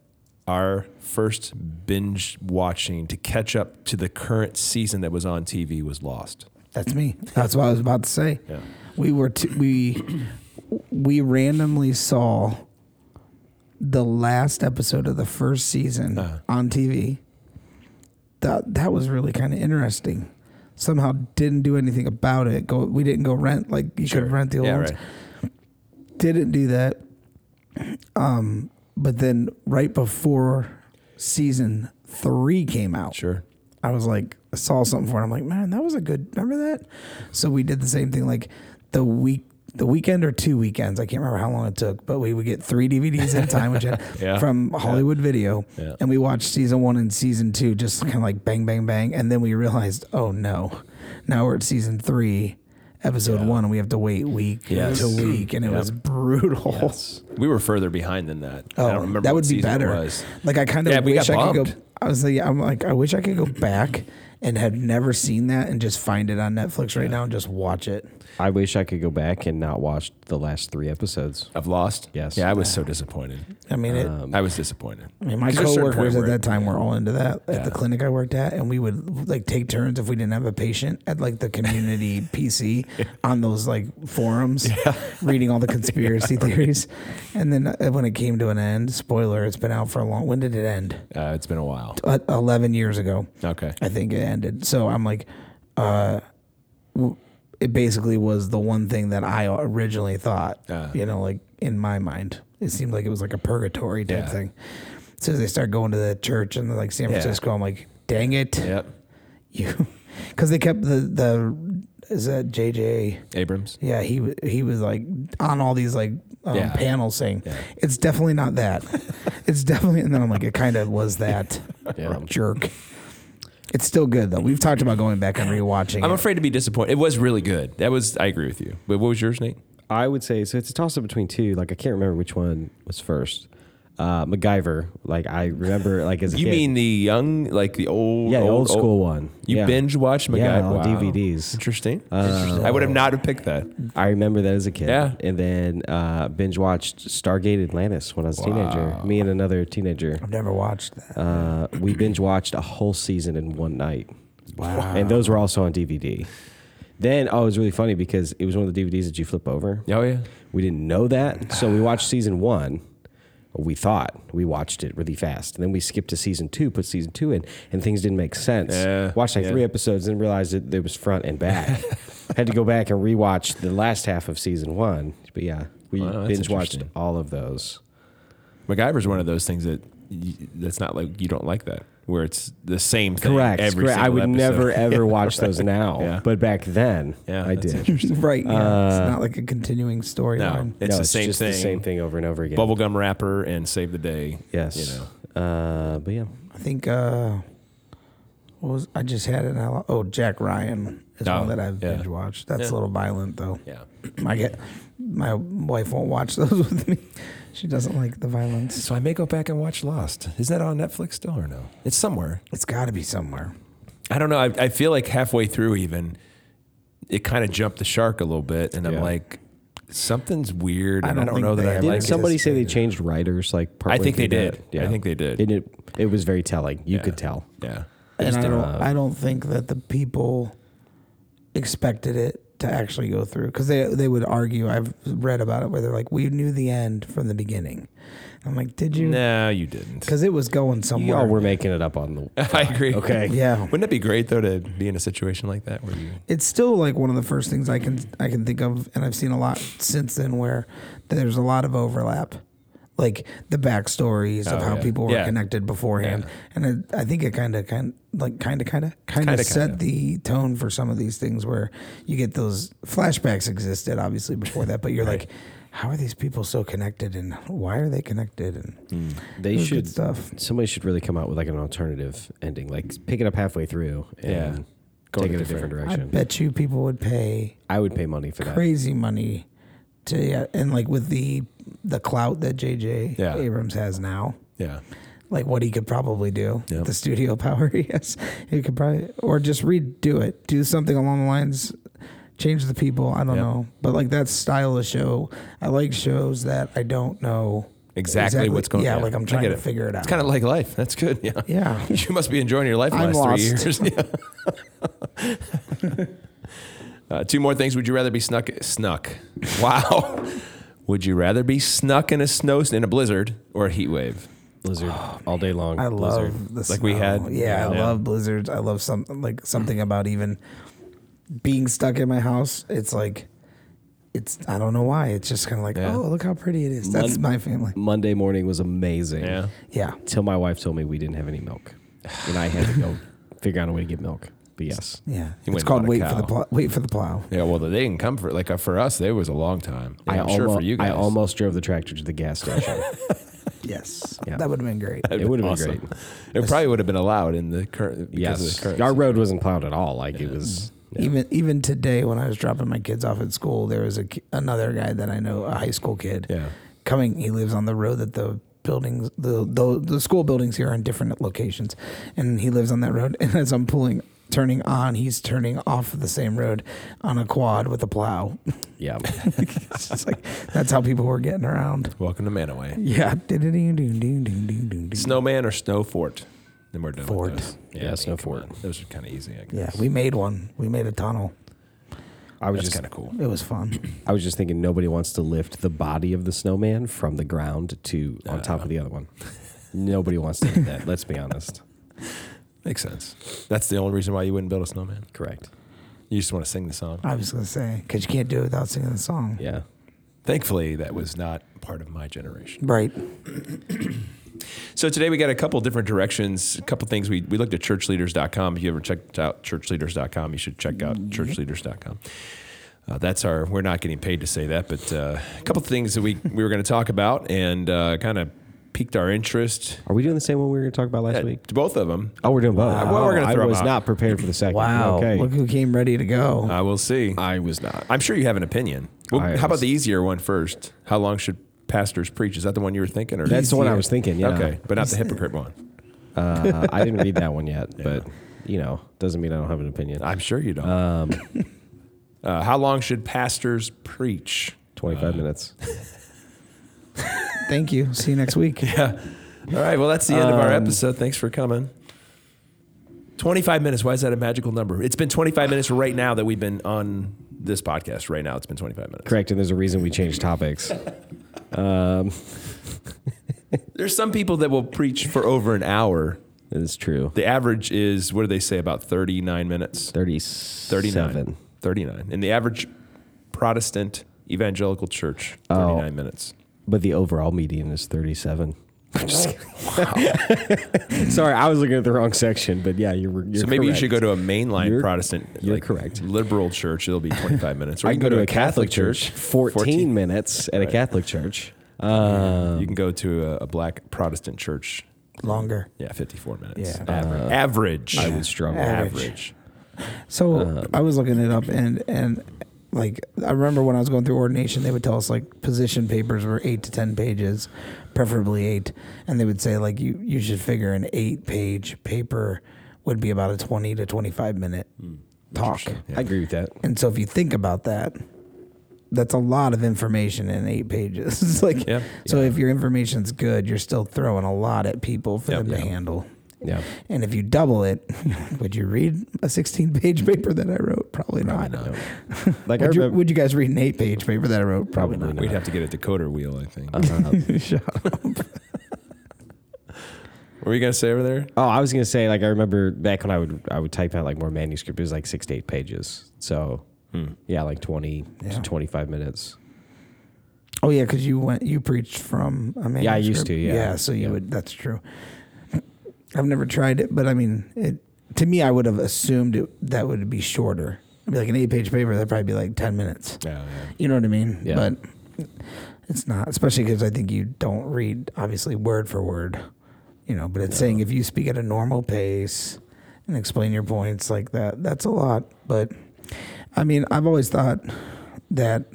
Speaker 5: our first binge watching to catch up to the current season that was on TV was Lost.
Speaker 3: That's me. That's what I was about to say.
Speaker 5: Yeah.
Speaker 3: We were t- we we randomly saw the last episode of the first season
Speaker 5: Uh-huh.
Speaker 3: on TV. That that was really kind of interesting. Somehow didn't do anything about it. Go we didn't go rent like you could rent the old
Speaker 5: yeah,
Speaker 3: ones.
Speaker 5: right.
Speaker 3: Didn't do that. Um but then right before season 3 came out.
Speaker 5: Sure.
Speaker 3: I was like, I saw something for it. I'm like, man, that was a good. Remember that? So we did the same thing. Like the week, the weekend or two weekends. I can't remember how long it took, but we would get three DVDs at a time, which had,
Speaker 5: Yeah.
Speaker 3: from Hollywood Video,
Speaker 5: Yeah.
Speaker 3: and we watched season one and season two, just kind of like bang, bang, bang, and then we realized, oh no, now we're at season three, episode one, and we have to wait week
Speaker 5: Yes.
Speaker 3: to week, and it was brutal.
Speaker 5: We were further behind than that. I don't remember
Speaker 3: Oh, That
Speaker 5: what
Speaker 3: would be
Speaker 5: season it
Speaker 3: better.
Speaker 5: was.
Speaker 3: Like I kind of
Speaker 5: Yeah, we
Speaker 3: wish
Speaker 5: got
Speaker 3: I could
Speaker 5: bummed.
Speaker 3: go. I was like, I'm like, I wish I could go back and had never seen that and just find it on Netflix right now and just watch it.
Speaker 1: I wish I could go back and not watch the last three episodes.
Speaker 5: I've lost.
Speaker 1: Yes.
Speaker 5: Yeah, I was so disappointed.
Speaker 3: I mean, it,
Speaker 5: I was disappointed.
Speaker 3: I mean, my
Speaker 5: 'Cause Um, there's a certain
Speaker 3: coworkers
Speaker 5: point
Speaker 3: at
Speaker 5: where-
Speaker 3: that time were all into that at
Speaker 5: Yeah.
Speaker 3: the clinic I worked at, and we would like take turns if we didn't have a patient at like the community PC on those like forums, reading all the conspiracy theories. And then uh, when it came to an end, spoiler, it's been out for a long. When did it end?
Speaker 5: Uh, it's been a while.
Speaker 3: Uh, Eleven years ago.
Speaker 5: Okay.
Speaker 3: I think it ended. So I'm like, uh, w- it basically was the one thing that I originally thought,
Speaker 5: Ah.
Speaker 3: you know, like in my mind, it seemed like it was like a purgatory type
Speaker 5: Yeah.
Speaker 3: thing. So they start going to the church in like San
Speaker 5: Yeah.
Speaker 3: Francisco. I'm like, dang it,
Speaker 5: Yep.
Speaker 3: you, because they kept the the is that JJ?
Speaker 5: Abrams.
Speaker 3: Yeah, he wa- he was like on all these like um,
Speaker 5: Yeah.
Speaker 3: panels saying, "It's definitely not that. it's definitely." And then I'm like, "It kind of was that jerk." It's still good though. We've talked about going back and rewatching.
Speaker 5: I'm
Speaker 3: it.
Speaker 5: afraid to be disappointed. It was really good. That was. I agree with you. But what was yours, Nate?
Speaker 1: I would say so. It's a toss up between two. Like I can't remember which one was first. Uh, MacGyver. Like I remember. Like as a
Speaker 5: You
Speaker 1: kid.
Speaker 5: mean the young, like the old,
Speaker 1: yeah, the old, school one.
Speaker 5: You
Speaker 1: Yeah.
Speaker 5: binge watched MacGyver
Speaker 1: Yeah, on
Speaker 5: Wow.
Speaker 1: DVDs.
Speaker 5: Interesting.
Speaker 1: Uh,
Speaker 5: I would have not have picked that.
Speaker 1: I remember that as a kid.
Speaker 5: Yeah.
Speaker 1: And then uh, binge watched Stargate Atlantis when I was a teenager. Me and another teenager.
Speaker 3: I've never watched that.
Speaker 1: Uh, we binge watched a whole season in one night. Wow. And those were also on DVD. Then, oh, it was really funny because it was one of the DVDs that you flip over.
Speaker 5: Oh yeah.
Speaker 1: We didn't know that. So we watched season one. We thought we watched it really fast. And then we skipped to season two, put season two in, and things didn't make sense.
Speaker 5: Yeah,
Speaker 1: watched like
Speaker 5: yeah.
Speaker 1: three episodes and realized that there was front and back. Had to go back and rewatch the last half of season one. But yeah, we
Speaker 5: Wow, that's
Speaker 1: binge watched
Speaker 5: interesting.
Speaker 1: all of those.
Speaker 5: MacGyver's one of those things that y that's not like you don't like that where it's the same thing.
Speaker 1: Correct.
Speaker 5: Every
Speaker 1: correct. I would
Speaker 5: single
Speaker 1: never
Speaker 5: episode.
Speaker 1: ever watch those now.
Speaker 5: Yeah.
Speaker 1: But back then,
Speaker 5: Yeah,
Speaker 1: I
Speaker 5: that's
Speaker 1: did.
Speaker 5: interesting.
Speaker 3: right. Yeah. it's not like a continuing
Speaker 5: No,
Speaker 3: storyline.
Speaker 5: it's
Speaker 1: No,
Speaker 5: the same
Speaker 1: just
Speaker 5: thing.
Speaker 1: The same thing over and over again.
Speaker 5: Bubblegum wrapper and save the day.
Speaker 1: Yes.
Speaker 5: You know.
Speaker 1: Uh, but yeah.
Speaker 3: I think uh, what was I just had it? And I, lo- oh, Jack Ryan is
Speaker 5: Oh,
Speaker 3: one that I've
Speaker 5: yeah.
Speaker 3: binge watched. That's
Speaker 5: Yeah.
Speaker 3: a little violent though.
Speaker 5: Yeah.
Speaker 3: I get my wife won't watch those with me. She doesn't like the violence.
Speaker 5: So I may go back and watch Lost. Is that on Netflix still or no? It's somewhere.
Speaker 3: It's got to be somewhere.
Speaker 5: I don't know. I, I feel like halfway through, even it kind of jumped the shark a little bit, and
Speaker 1: Yeah.
Speaker 5: I'm like, something's weird,
Speaker 3: I
Speaker 5: and I
Speaker 3: don't
Speaker 5: don't,
Speaker 3: think
Speaker 5: know that
Speaker 3: they
Speaker 5: I
Speaker 3: have
Speaker 5: like
Speaker 1: Didn't
Speaker 5: it.
Speaker 1: somebody
Speaker 3: it's
Speaker 1: say they
Speaker 3: stated.
Speaker 1: changed writers like
Speaker 5: I
Speaker 1: partway
Speaker 5: think they
Speaker 1: through
Speaker 5: did.
Speaker 1: that?
Speaker 5: I think they did.
Speaker 1: And it, it was very telling. You
Speaker 5: Yeah.
Speaker 1: could tell.
Speaker 5: yeah,
Speaker 3: And I don't, I don't think that the people expected it to actually go through because they they would argue. I've read about it where they're like, "We knew the end from the beginning." I'm like, "Did you?"
Speaker 5: no, you didn't.
Speaker 3: Because it was going
Speaker 1: You all
Speaker 3: somewhere.
Speaker 1: were making it up on the
Speaker 5: I agree.
Speaker 1: Okay.
Speaker 3: yeah,
Speaker 5: Wouldn't it be great though to be in a situation like that where you?
Speaker 3: it's still like one of the first things I can I can think of, and I've seen a lot since then where there's a lot of overlap, like the backstories of
Speaker 5: Oh,
Speaker 3: how
Speaker 5: yeah.
Speaker 3: people were
Speaker 5: Yeah.
Speaker 3: connected beforehand, and it, I think it kind of kind like kind of kind of kind
Speaker 5: Kinda,
Speaker 3: of set
Speaker 5: kinda.
Speaker 3: the tone for some of these things where you get those flashbacks existed obviously before that, but you're like, how are these people so connected, and why are they connected, and
Speaker 1: They
Speaker 3: it was
Speaker 1: should
Speaker 3: good stuff.
Speaker 1: somebody should really come out with like an alternative ending. Like pick it up halfway through and
Speaker 5: Yeah. Go
Speaker 1: take
Speaker 5: in
Speaker 1: it
Speaker 5: a
Speaker 1: a different
Speaker 5: different-
Speaker 3: I
Speaker 1: direction.
Speaker 3: bet you people would pay
Speaker 1: I would pay money for that.
Speaker 3: crazy money to yeah, and like with the the clout that JJ
Speaker 5: Yeah.
Speaker 3: Abrams has now,
Speaker 5: Yeah.
Speaker 3: like what he could probably do,
Speaker 5: Yep.
Speaker 3: the studio power he has, he could probably or just redo it, do something along the lines, change the people. I don't
Speaker 5: Yep.
Speaker 3: know, but like that style of show, I like shows that I don't know
Speaker 5: Exactly, what's going on.
Speaker 3: Yeah, like I'm trying
Speaker 5: get
Speaker 3: to figure it out.
Speaker 5: It's kind of like life. That's good. Yeah.
Speaker 3: yeah.
Speaker 5: You must be enjoying your life
Speaker 3: I'm
Speaker 5: last
Speaker 3: lost.
Speaker 5: three years. Yeah. uh, two more things. Would you rather be snuck? Snuck. Wow. Would you rather be snuck in a snow in a blizzard or a heat wave?
Speaker 1: Blizzard
Speaker 5: Oh,
Speaker 1: all day long.
Speaker 3: I
Speaker 1: Blizzard.
Speaker 3: love the
Speaker 5: Like we
Speaker 3: snow.
Speaker 5: had-
Speaker 3: Yeah, I
Speaker 5: yeah.
Speaker 3: love blizzards. I love something like something about even being stuck in my house. It's like it's I don't know why. It's just kind of like
Speaker 5: Yeah.
Speaker 3: oh look how pretty it is. That's
Speaker 1: Mon-
Speaker 3: my family.
Speaker 1: Monday morning was amazing.
Speaker 5: Yeah.
Speaker 3: Yeah,
Speaker 1: Till my wife told me we didn't have any milk, and I had to go figure out a way to get milk. But yes,
Speaker 3: yeah.
Speaker 5: You
Speaker 3: it's
Speaker 5: went
Speaker 3: called
Speaker 5: and bought a
Speaker 3: wait for the
Speaker 5: cow.
Speaker 3: plow. Wait for the plow.
Speaker 5: Yeah. Well, they didn't come for like uh, for us. It was a long time.
Speaker 1: I
Speaker 5: Yeah, I'm
Speaker 1: almost,
Speaker 5: sure for you guys.
Speaker 1: I almost drove the tractor to the gas station.
Speaker 3: Yes,
Speaker 1: Yeah.
Speaker 3: that would have been great.
Speaker 1: it would have
Speaker 5: Awesome.
Speaker 1: been great.
Speaker 5: It probably would have been allowed in the current.
Speaker 1: Yes,
Speaker 5: Of the
Speaker 1: our
Speaker 5: current.
Speaker 1: road wasn't plowed at all. Like it was.
Speaker 3: Even even today when I was dropping my kids off at school, there was a ki- another guy that I know, a high school kid.
Speaker 5: Yeah.
Speaker 3: coming. He lives on the road that the buildings, the the, the school buildings here are in different locations, and he lives on that road. And as I'm pulling, turning on, he's turning off the same road on a quad with a plow.
Speaker 1: Yeah.
Speaker 3: it's just like that's how people were getting around.
Speaker 5: Welcome to Manaway.
Speaker 3: Yeah, yeah,
Speaker 5: Snowman or snow fort? Then we're done.
Speaker 3: Fort.
Speaker 5: With those.
Speaker 1: Yeah,
Speaker 5: I mean,
Speaker 1: snow
Speaker 5: come
Speaker 1: fort.
Speaker 5: on. Those are kind of easy. I guess.
Speaker 3: we made one. We made a tunnel.
Speaker 1: I was
Speaker 5: That's
Speaker 1: just
Speaker 5: kind of cool.
Speaker 3: It was fun.
Speaker 1: I was just thinking nobody wants to lift the body of the snowman from the ground to on top of the other
Speaker 5: Uh.
Speaker 1: one. nobody wants to do that. Let's be honest.
Speaker 5: Makes sense. That's the only reason why you wouldn't build a snowman.
Speaker 1: Correct.
Speaker 5: You just want to sing the song.
Speaker 3: I was gonna say because you can't do it without singing the song,
Speaker 1: Yeah.
Speaker 5: Thankfully, that was not part of my generation.
Speaker 3: right?
Speaker 5: So today we got a couple different directions, a couple things. We, we looked at churchleaders.com. If you haven't checked out churchleaders.com, you should check out churchleaders.com. Uh, that's our, we're not getting paid to say that, but uh, a couple things that we, we were going to talk about and uh, kind of piqued our interest.
Speaker 1: Are we doing the same one we were going to talk about last week?
Speaker 5: Both of them.
Speaker 1: Oh, we're doing both.
Speaker 5: Well, we're gonna
Speaker 1: I
Speaker 5: throw 'em
Speaker 1: was
Speaker 5: out.
Speaker 1: not prepared for the second.
Speaker 7: Wow.
Speaker 1: Okay.
Speaker 3: Look who came ready to go.
Speaker 5: I will see.
Speaker 7: I was not.
Speaker 5: I'm sure you have an opinion. Well,
Speaker 1: I
Speaker 5: how about
Speaker 1: was-
Speaker 5: the easier one first? How long should pastors preach? Is that the one you were thinking? Or
Speaker 1: That's the one I was thinking. Yeah.
Speaker 5: Okay, but not the hypocrite one.
Speaker 1: Uh, I didn't read that one yet, but you know, doesn't mean I don't have an opinion.
Speaker 5: I'm sure you don't. uh, how long should pastors preach?
Speaker 1: 25 minutes.
Speaker 3: Thank you. See you next week.
Speaker 5: All right. Well, that's the end of our episode. Thanks for coming. 25 minutes. Why is that a magical number? It's been 25 minutes right now that we've been on this podcast. Right now, it's been 25 minutes.
Speaker 1: Correct. And there's a reason we changed topics.
Speaker 5: There's some people that will preach for over an hour.
Speaker 1: It's true.
Speaker 5: The average is, what do they say, about 39 minutes?
Speaker 1: 37.
Speaker 5: 39. 39. And the average Protestant evangelical church,
Speaker 1: Oh.
Speaker 5: 39 minutes.
Speaker 1: But the overall median is 37. Just kidding. Sorry, I was looking at the wrong section, but yeah, you're, you're
Speaker 5: so maybe you
Speaker 1: correct.
Speaker 5: should go to a mainline
Speaker 1: You're-
Speaker 5: Protestant
Speaker 1: you're correct.
Speaker 5: liberal church. It'll be 25 minutes. Or
Speaker 1: I
Speaker 5: you
Speaker 1: can go to a Catholic, church, 14,
Speaker 5: 14.
Speaker 1: minutes at a Catholic church.
Speaker 5: you
Speaker 1: um,
Speaker 5: can go to a, a black Protestant church.
Speaker 3: Longer.
Speaker 5: Yeah, 54 minutes.
Speaker 3: Yeah.
Speaker 5: average. average.
Speaker 1: Uh, I would struggle.
Speaker 5: Average.
Speaker 3: So
Speaker 5: Uh,
Speaker 3: I was looking it up and and like I remember when I was going through ordination, they would tell us like position papers were eight to ten pages, preferably eight, and they would say like you you should figure an eight page paper would be about a twenty to twenty five minute
Speaker 5: Hmm.
Speaker 3: talk.
Speaker 1: I agree with that.
Speaker 3: And so if you think about that, that's a lot of information in eight pages. It's like
Speaker 5: Yeah.
Speaker 3: so if your information's good, you're still throwing a lot at people for
Speaker 5: Yeah.
Speaker 3: them to
Speaker 5: Yeah.
Speaker 3: handle.
Speaker 1: Yeah.
Speaker 3: And if you double it, would you read a 16 page paper that I wrote? Probably, not.
Speaker 1: Like, I
Speaker 3: Would you,
Speaker 1: remember,
Speaker 3: would you guys read an eight page paper that I wrote? Probably
Speaker 1: Probably
Speaker 5: We'd have to get a decoder wheel, I think.
Speaker 1: Uh-huh.
Speaker 3: not. Shut up.
Speaker 5: what were you going to say over there?
Speaker 1: oh, I was going to say, like, I remember back when I would, I would type out like more manuscript, it was like six to eight pages. So yeah, like 20 to
Speaker 3: Yeah.
Speaker 1: 25 minutes.
Speaker 3: Oh, yeah, because you went, you preached from a manuscript.
Speaker 1: Yeah, I used to, yeah.
Speaker 3: Yeah, so you
Speaker 1: Yeah.
Speaker 3: would, that's true. I've never tried it, but I mean, it, to me, I would have assumed it, that would be shorter. It'd be like an eight page paper, that'd probably be like 10 minutes.
Speaker 5: Yeah, yeah.
Speaker 3: You know what I mean?
Speaker 1: Yeah.
Speaker 3: But it's not, especially because I think you don't read obviously word for word, you know. But it's saying if you speak at a normal pace and explain your points like that, that's a lot. But I mean, I've always thought that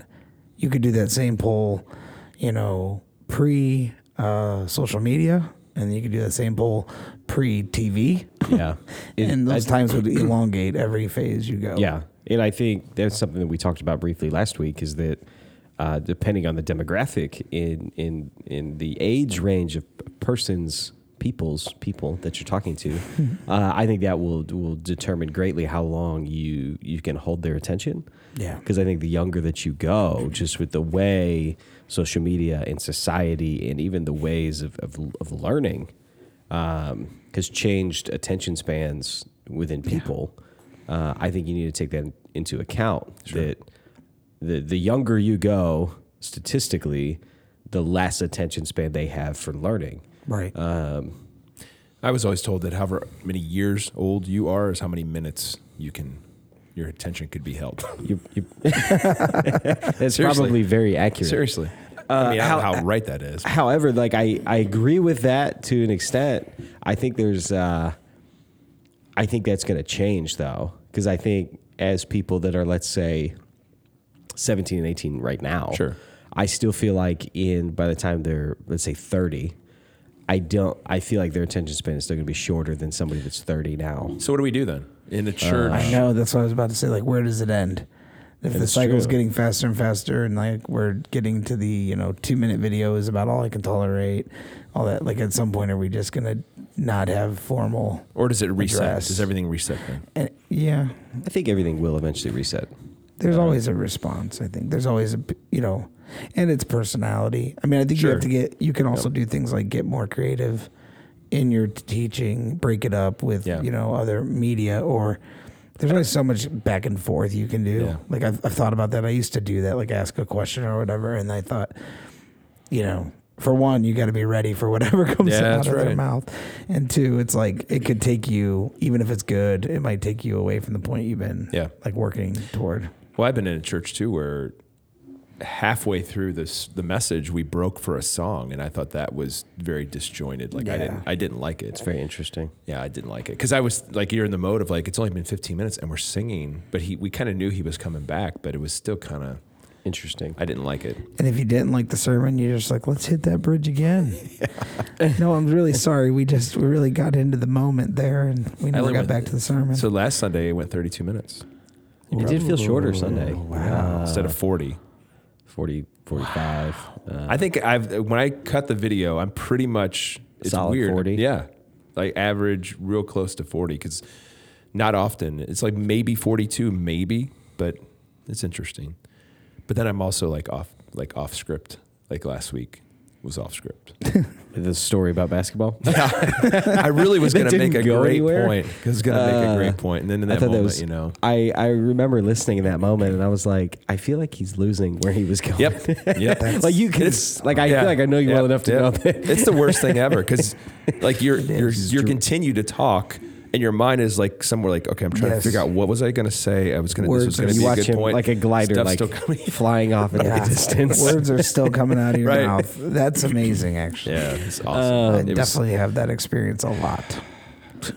Speaker 3: you could do that same poll, you know, pre uh, social media, and you could do that same poll pre TV,
Speaker 1: Yeah. It-
Speaker 3: and those
Speaker 1: I-
Speaker 3: times would elongate every phase you go.
Speaker 1: Yeah, and I think that's something that we talked about briefly last week is that uh, depending on the demographic in in in the age range of persons, peoples, people that you're talking to, uh, I think that will will determine greatly how long you you can hold their attention.
Speaker 3: Yeah.
Speaker 1: because I think the younger that you go, just with the way social media and society and even the ways of of, of learning um, has changed attention spans within people. Uh, I think you need to take that in- into account that the the younger you go, statistically, the less attention span they have for learning.
Speaker 3: Right.
Speaker 1: Uh,
Speaker 5: I was always told that however many years old you are is how many minutes you can, your attention could be held.
Speaker 1: You, you that's
Speaker 5: Seriously.
Speaker 1: probably very accurate.
Speaker 5: Seriously. I mean, I don't know
Speaker 1: how-
Speaker 5: how right that is.
Speaker 1: However, like I, I agree with that to an extent. I think there's uh, I think that's going to change though, because I think as people that are let's say 17 and 18 right now,
Speaker 5: Sure.
Speaker 1: I still feel like in by the time they're let's say 30, I don't. I feel like their attention span is still going to be shorter than somebody that's 30 now.
Speaker 5: So what do we do then in the church?
Speaker 3: I know. That's what I was about to say. Like, where does it end? If the cycle's getting faster and faster, and like we're getting to the you know two minute video is about all I can tolerate, all that. Like at some point, are we just gonna not have formal?
Speaker 5: Or does it reset?
Speaker 3: Address.
Speaker 5: Does everything reset then?
Speaker 3: And yeah,
Speaker 1: I think everything will eventually reset.
Speaker 3: there's always a response. I think there's always a p- you know, and it's personality. I mean, I think you
Speaker 5: Sure.
Speaker 3: have to get. You can also do things like get more creative in your t- teaching, break it up with
Speaker 5: Yeah.
Speaker 3: you know other media or. There's only so much back and forth you can do.
Speaker 5: Yeah.
Speaker 3: Like I've, I've thought about that. I used to do that, like ask a question or whatever, and I thought, you know, for one, you got to be ready for whatever comes
Speaker 5: Yeah,
Speaker 3: out
Speaker 5: that's
Speaker 3: of
Speaker 5: right.
Speaker 3: their mouth, and two, it's like it could take you, even if it's good, it might take you away from the point you've been,
Speaker 5: Yeah.
Speaker 3: like working toward.
Speaker 5: Well, I've been in a church too where halfway through this the message we broke for a song, and I thought that was very disjointed. Like I
Speaker 3: Yeah.
Speaker 5: didn't I didn't like it.
Speaker 1: It's very interesting.
Speaker 5: yeah, I didn't like it because I was like you're in the mode of like it's only been 15 minutes and we're singing, but he we kind of knew he was coming back, but it was still kind of
Speaker 1: Interesting.
Speaker 5: I didn't like it.
Speaker 3: And if you didn't like the sermon, you're just like, let's hit that bridge again. no, I'm really sorry. We just we really got into the moment there, and we never
Speaker 5: like
Speaker 3: got
Speaker 5: when-
Speaker 3: back to the sermon.
Speaker 5: So last Sunday it went 32 minutes
Speaker 1: It did feel shorter Sunday.
Speaker 3: wow.
Speaker 5: instead of 40.
Speaker 1: 40, 45. Uh,
Speaker 5: I think I've when I cut the video, I'm pretty much it's
Speaker 1: Solid
Speaker 5: weird.
Speaker 1: 40?
Speaker 5: Yeah, like average, real close to forty because not often. It's like maybe forty two, maybe, but it's interesting. But then I'm also like off, like off script. Like last week was off script.
Speaker 1: the story about basketball.
Speaker 5: I really was
Speaker 1: That
Speaker 5: gonna make
Speaker 1: didn't
Speaker 5: a
Speaker 1: go
Speaker 5: great
Speaker 1: anywhere?
Speaker 5: point. I was gonna make a
Speaker 1: Uh,
Speaker 5: great point, and then in
Speaker 1: I
Speaker 5: that
Speaker 1: thought
Speaker 5: moment,
Speaker 1: that was,
Speaker 5: you know.
Speaker 1: I, I remember listening in that moment and I was like, I feel like he's losing where he was going.
Speaker 5: Yep. Yep.
Speaker 1: like you can, like I
Speaker 5: Yeah.
Speaker 1: feel like I know you
Speaker 5: Yeah.
Speaker 1: well enough to
Speaker 5: Yeah.
Speaker 1: know that.
Speaker 5: It's the worst thing ever because, like, you're you're
Speaker 1: is.
Speaker 5: you're continue to talk, and your mind is like somewhere like, okay, I'm trying
Speaker 3: Yes.
Speaker 5: to figure out what was I going to say. I was going to
Speaker 3: Words
Speaker 5: this was
Speaker 3: are-
Speaker 5: going to
Speaker 1: You
Speaker 5: be a
Speaker 1: watch
Speaker 5: good
Speaker 1: him
Speaker 5: point.
Speaker 1: like a glider,
Speaker 5: Stuff's
Speaker 1: like
Speaker 5: still coming.
Speaker 1: flying off into the distance.
Speaker 3: Words are still coming out of your
Speaker 5: Right.
Speaker 3: mouth. That's amazing, actually.
Speaker 5: Yeah, it's
Speaker 1: Um,
Speaker 5: awesome.
Speaker 3: I
Speaker 5: It was-
Speaker 3: definitely have that experience a lot.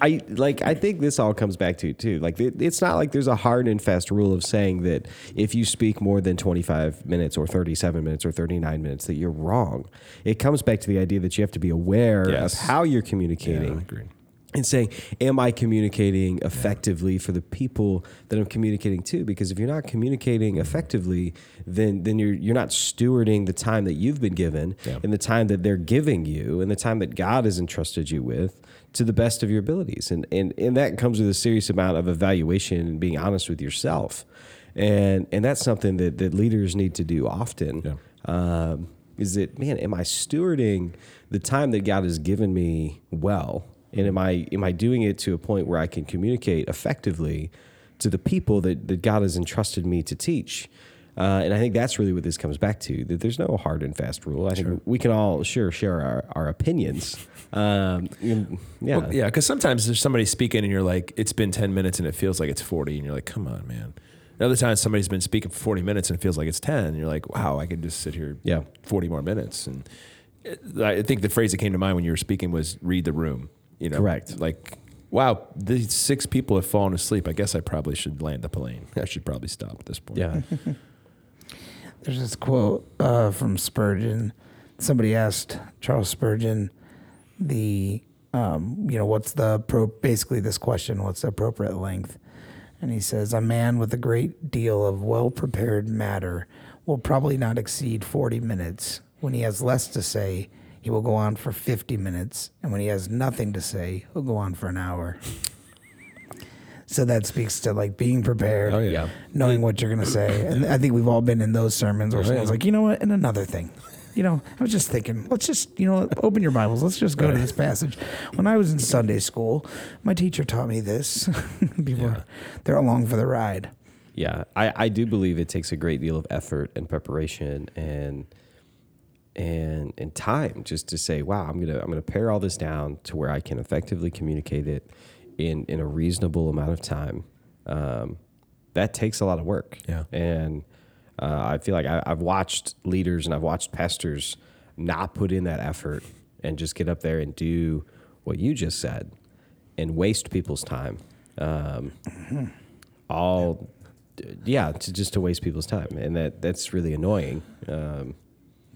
Speaker 1: I like. I think this all comes back to too. Like, it, it's not like there's a hard and fast rule of saying that if you speak more than 25 minutes or 37 minutes or 39 minutes, that you're wrong. It comes back to the idea that you have to be aware
Speaker 5: Yes.
Speaker 1: of how you're
Speaker 5: yeah, I
Speaker 1: communicating
Speaker 5: agree.
Speaker 1: and saying, "Am I communicating effectively for the people that I'm communicating to?" Because if you're not communicating effectively, then then you're you're not stewarding the time that you've been given
Speaker 5: Yeah.
Speaker 1: and the time that they're giving you and the time that God has entrusted you with to the best of your abilities. And and and that comes with a serious amount of evaluation and being honest with yourself. And and that's something that that leaders need to do often
Speaker 5: Yeah.
Speaker 1: um, is that man am i stewarding the time that god has given me well and am i am i doing it to a point where i can communicate effectively to the people that, that god has entrusted me to teach uh, and i think that's really what this comes back to that there's no hard and fast rule i think we can all sure share our, our opinions um, you- yeah
Speaker 5: Well, yeah, because sometimes there's somebody speaking and you're like, it's been 10 minutes and it feels like it's 40, and you're like, come on, man. And other times somebody's been speaking for 40 minutes and it feels like it's 10, and you're like, wow, I could just sit here
Speaker 1: Yeah.
Speaker 5: 40 more minutes. And it- I think the phrase that came to mind when you were speaking was read the room. You know,
Speaker 1: Correct.
Speaker 5: Like, wow, these six people have fallen asleep. I guess I probably should land the plane. I should probably stop at this point.
Speaker 1: yeah
Speaker 3: There's this quote uh, from Spurgeon. Somebody asked Charles Spurgeon the, um, you know, what's the pro- basically this question? What's the appropriate length? And he says, a man with a great deal of well prepared matter will probably not exceed 40 minutes. When he has less to say, he will go on for 50 minutes. And when he has nothing to say, he'll go on for an hour. So that speaks to like being prepared
Speaker 5: Oh, yeah.
Speaker 3: knowing what you're gonna say. And I think we've all been in those sermons
Speaker 1: Oh,
Speaker 3: where someone's like, you know what, and another thing. You know, I was just thinking, let's just, you know, open your Bibles. Let's just go to this passage. When I was in Sunday school, my teacher taught me this. People, are they're along for the ride.
Speaker 1: Yeah, I, I do believe it takes a great deal of effort and preparation and and and time just to say, wow, I'm gonna I'm gonna pare all this down to where I can effectively communicate it in in a reasonable amount of time. Um, that takes a lot of work.
Speaker 5: Yeah.
Speaker 1: and uh, I feel like I, I've watched leaders and I've watched pastors not put in that effort and just get up there and do what you just said and waste people's time. Um, all yeah to just to waste people's time and that that's really annoying um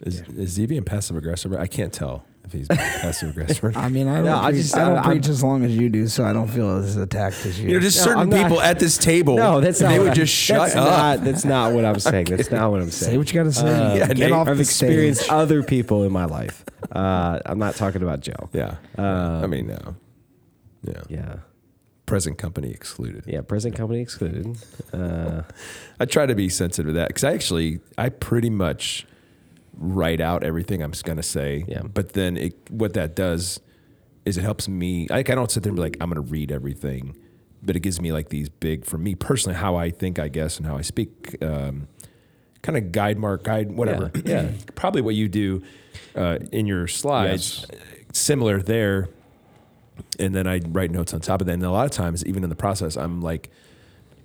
Speaker 5: Is, is he being passive aggressive? I can't tell if he's being passive aggressive. or not.
Speaker 3: I mean, I don't,
Speaker 1: No, I
Speaker 3: preach, I
Speaker 1: just-
Speaker 3: don't
Speaker 1: I-
Speaker 3: preach as long as you do, so I don't feel as attacked as you.
Speaker 5: You know, just
Speaker 1: No,
Speaker 5: certain
Speaker 1: I'm not-
Speaker 5: people at this table.
Speaker 1: no that's not
Speaker 5: They
Speaker 1: what
Speaker 5: would
Speaker 1: I-
Speaker 5: just shut
Speaker 1: that's
Speaker 5: up.
Speaker 1: not, that's not what i'm saying that's not what i'm saying
Speaker 3: say what you got to say.
Speaker 5: yeah,
Speaker 3: Get
Speaker 5: Nate,
Speaker 3: off
Speaker 1: Uh, i've
Speaker 3: the stage.
Speaker 1: experienced other people in my life uh i'm not talking about joe
Speaker 5: Yeah. I mean, no. Yeah.
Speaker 1: yeah
Speaker 5: Present company excluded.
Speaker 1: yeah present company excluded uh
Speaker 5: I try to be sensitive to that because I actually, I pretty much write out everything I'm going to say.
Speaker 1: Yeah.
Speaker 5: But then it, what that does is it helps me. Like, I don't sit there and be like, I'm going to read everything, but it gives me like these big, for me personally, how I think, I guess, and how I speak. Um, kind of guide mark, guide whatever.
Speaker 1: Yeah, yeah.
Speaker 5: Probably what you do uh, in your slides, similar there. And then I write notes on top of that. And a lot of times, even in the process, I'm like,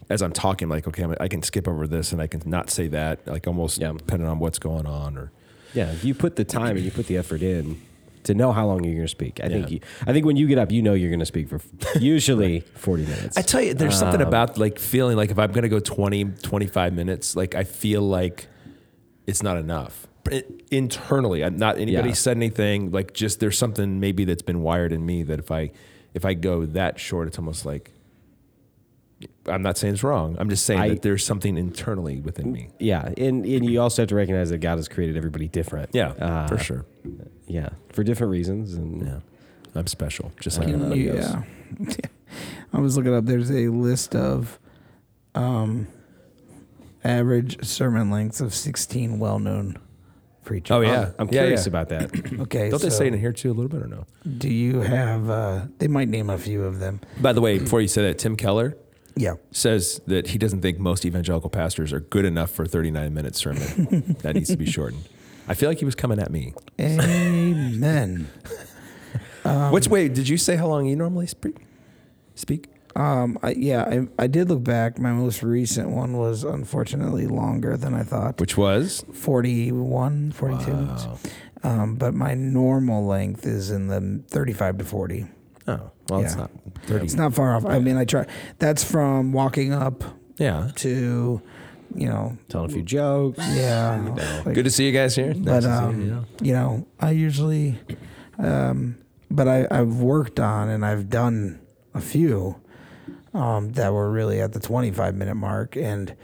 Speaker 5: as I'm talking, like, okay, I'm, I can skip over this and I can not say that, like almost
Speaker 1: Yeah.
Speaker 5: depending on what's going on or.
Speaker 1: Yeah, if you put the time and you put the effort in to know how long you're going to speak. I think
Speaker 5: Yeah.
Speaker 1: you, I think when you get up, you know you're going to speak for usually 40 minutes.
Speaker 5: I tell you, there's something
Speaker 1: Um,
Speaker 5: about like feeling like if I'm going to go 20, 25 minutes, like I feel like it's not enough. I- internally, I'm not anybody
Speaker 1: Yeah.
Speaker 5: said anything. Like just there's something maybe that's been wired in me that if I if I go that short, it's almost like I'm not saying it's wrong. I'm just saying
Speaker 1: I-
Speaker 5: that there's something internally within me.
Speaker 1: yeah, and and you also have to recognize that God has created everybody different.
Speaker 5: Yeah,
Speaker 1: Uh,
Speaker 5: for sure.
Speaker 1: Yeah, for different reasons, and
Speaker 5: Yeah, I'm special, just like
Speaker 3: You-
Speaker 5: everybody else.
Speaker 3: yeah. I was looking up. There's a list of um, average sermon lengths of 16 well-known preachers.
Speaker 5: Oh yeah,
Speaker 1: I'm
Speaker 5: Yeah,
Speaker 1: curious
Speaker 5: yeah.
Speaker 1: about that.
Speaker 3: Okay.
Speaker 5: Don't they
Speaker 3: so
Speaker 5: say it in here too a little bit or no?
Speaker 3: Do you have? Uh, they might name a few of them.
Speaker 5: By the way, before you say that, Tim Keller,
Speaker 3: Yeah.
Speaker 5: says that he doesn't think most evangelical pastors are good enough for a 39 minute sermon. that needs to be shortened. I feel like he was coming at me.
Speaker 3: Amen.
Speaker 5: Which way did you say how long you normally speak? Speak?
Speaker 3: um, I, yeah, I, I did look back. My most recent one was unfortunately longer than I thought.
Speaker 5: Which was
Speaker 3: 41, 42 minutes. Um, but my normal length is in the 35 to 40.
Speaker 5: Oh, well, it's
Speaker 3: Yeah.
Speaker 5: not 30.
Speaker 3: It's not far off. I mean, I try. That's from walking up
Speaker 5: yeah.
Speaker 3: to, you know,
Speaker 1: Telling a
Speaker 5: Mm.
Speaker 1: few jokes.
Speaker 3: yeah. like-
Speaker 5: Good to see you guys here. Nice
Speaker 3: but
Speaker 5: to see
Speaker 3: um,
Speaker 5: you, yeah.
Speaker 3: you know, I usually, um, but I I've worked on and I've done a few um, that were really at the 25 minute mark, and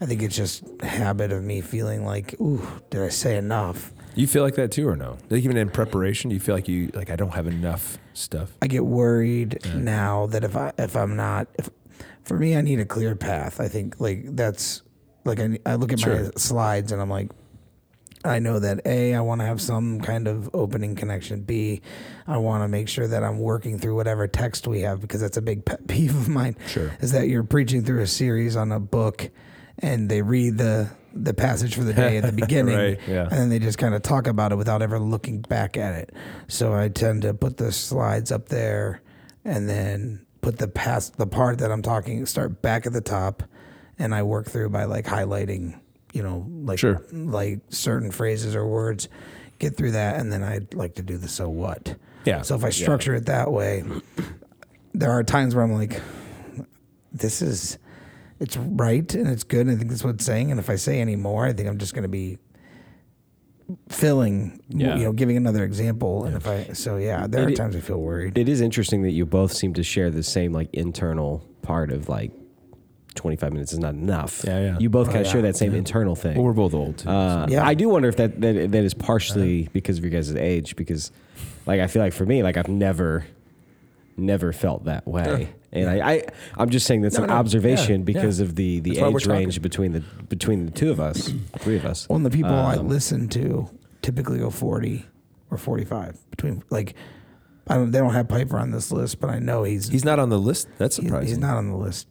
Speaker 3: I think it's just habit of me feeling like, ooh, did I say enough?
Speaker 5: you feel like that too or no? Like even in preparation, you feel like you like I don't have enough stuff.
Speaker 3: I get worried now that if I if I'm not if for me I need a clear path. I think like that's like I I look at my
Speaker 5: Sure.
Speaker 3: slides and I'm like I know that A I want to have some kind of opening connection. B I want to make sure that I'm working through whatever text we have because that's a big pet peeve of mine.
Speaker 5: Sure.
Speaker 3: Is that you're preaching through a series on a book and they read the the passage for the day at the beginning
Speaker 5: Right, yeah.
Speaker 3: and then they just kind of talk about it without ever looking back at it. So I tend to put the slides up there and then put the past the part that I'm talking start back at the top and I work through by like highlighting, you know, like
Speaker 5: Sure.
Speaker 3: like certain phrases or words, get through that and then I like to do the so what.
Speaker 5: Yeah.
Speaker 3: So if I structure it that way, there are times where I'm like this is it's right and it's good and I think that's what it's saying and if I say any more, I think I'm just going to be filling,
Speaker 5: Yeah.
Speaker 3: you know, giving another example. And if I, so yeah, there
Speaker 1: It-
Speaker 3: are times I feel worried.
Speaker 1: It is interesting that you both seem to share the same like internal part of like 25 minutes is not enough.
Speaker 5: Yeah, Oh, yeah.
Speaker 1: You both kind of
Speaker 3: yeah.
Speaker 1: share that same internal thing.
Speaker 5: Well, we're both old too.
Speaker 1: Uh,
Speaker 3: Yeah.
Speaker 1: I do wonder if that, that that is
Speaker 5: Uh-huh.
Speaker 1: partially because of your guys' age, because like I feel like for me, like I've never never felt that way. And I, I I'm just saying that's an
Speaker 5: no.
Speaker 1: observation
Speaker 5: Yeah,
Speaker 1: because of the the
Speaker 5: That's why we're
Speaker 1: age range
Speaker 5: talking.
Speaker 1: between the between the two of us, three of us.
Speaker 3: Well, and the people I
Speaker 1: Um,
Speaker 3: listen to typically go 40 or 45 between like, I don't, they don't have Piper on this list, but I know he's,
Speaker 5: he's not on the list. That's
Speaker 3: he's,
Speaker 5: surprising.
Speaker 3: he's not on the list.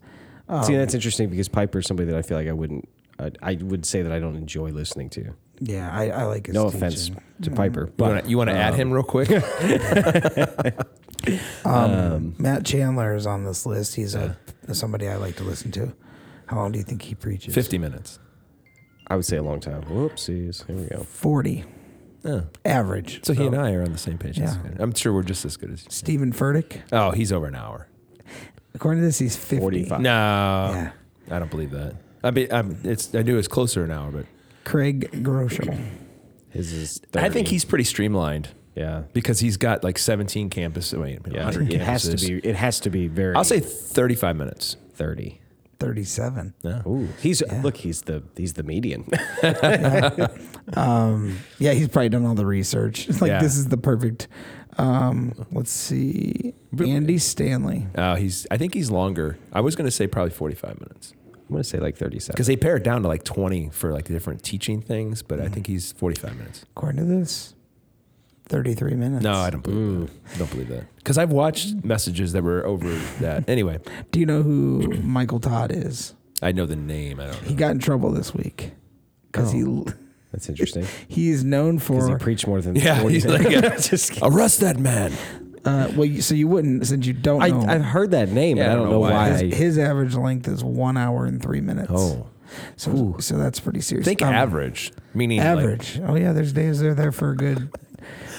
Speaker 1: See,
Speaker 5: Um,
Speaker 1: that's interesting because Piper's somebody that I feel like I wouldn't I, I would say that I don't enjoy listening to.
Speaker 3: Yeah. I, I like his
Speaker 1: No
Speaker 3: teaching.
Speaker 1: offense to Piper,
Speaker 5: You
Speaker 1: but uh,
Speaker 5: wanna- you want to add him real quick?
Speaker 3: Um, Matt Chandler is on this list. He's a, somebody I like to listen to. How long do you think he preaches?
Speaker 5: 50 minutes.
Speaker 1: I would say a long time. Whoopsies. Here we go.
Speaker 3: 40
Speaker 5: Yeah.
Speaker 3: average.
Speaker 5: So, he and I are on the same page. That's
Speaker 3: Yeah.
Speaker 5: good. I'm sure we're just as good as.
Speaker 3: Stephen Furtick,
Speaker 5: Oh, he's over an hour.
Speaker 3: according to this, he's 50.
Speaker 1: 45.
Speaker 5: No,
Speaker 3: Yeah.
Speaker 5: I don't believe that. I mean, I'm, it's I knew it was closer an hour, but
Speaker 3: Craig Groeschel.
Speaker 1: His is
Speaker 5: I think
Speaker 1: 30.
Speaker 5: he's pretty streamlined
Speaker 1: yeah.
Speaker 5: because he's got like 17 campus. oh, Wait,
Speaker 1: Yeah,
Speaker 5: 100
Speaker 1: it has to
Speaker 5: campuses.
Speaker 1: be. It has to be very.
Speaker 5: I'll say 35 minutes.
Speaker 1: thirty.
Speaker 3: 37.
Speaker 5: Yeah.
Speaker 1: Ooh, he's look. He's the he's the median.
Speaker 3: Um, yeah, he's probably done all the research. It's like,
Speaker 5: Yeah.
Speaker 3: this is the perfect. Um, let's see. Andy Stanley.
Speaker 5: Uh, he's. I think he's longer. I was going to say probably 45 minutes
Speaker 1: I'm gonna say like thirty-seven.
Speaker 5: because they pare it down to like 20 for like the different teaching things, but I think he's 45 minutes.
Speaker 3: According to this, 33 minutes.
Speaker 5: No, I don't believe that. I don't believe that because I've watched messages that were over that. Anyway,
Speaker 3: Do you know who Michael Todd is?
Speaker 5: I know the name. I don't.
Speaker 3: He
Speaker 5: Know.
Speaker 3: got in trouble this week because
Speaker 1: That's interesting.
Speaker 3: he he is known
Speaker 1: Because he
Speaker 3: for
Speaker 1: preached more than
Speaker 5: Yeah,
Speaker 1: 40
Speaker 5: he's like,
Speaker 1: minutes.
Speaker 5: yeah.
Speaker 1: Just kidding.
Speaker 5: Arrest that man.
Speaker 3: uh, well. you- So you wouldn't since you don't
Speaker 1: I,
Speaker 3: know.
Speaker 1: I've heard that name, but I don't know why.
Speaker 3: his, his average length is one hour and three minutes.
Speaker 1: oh,
Speaker 3: so so that's pretty serious.
Speaker 5: Think
Speaker 3: Um,
Speaker 5: average, meaning like-
Speaker 3: Average. oh yeah, there's days they're there for a good.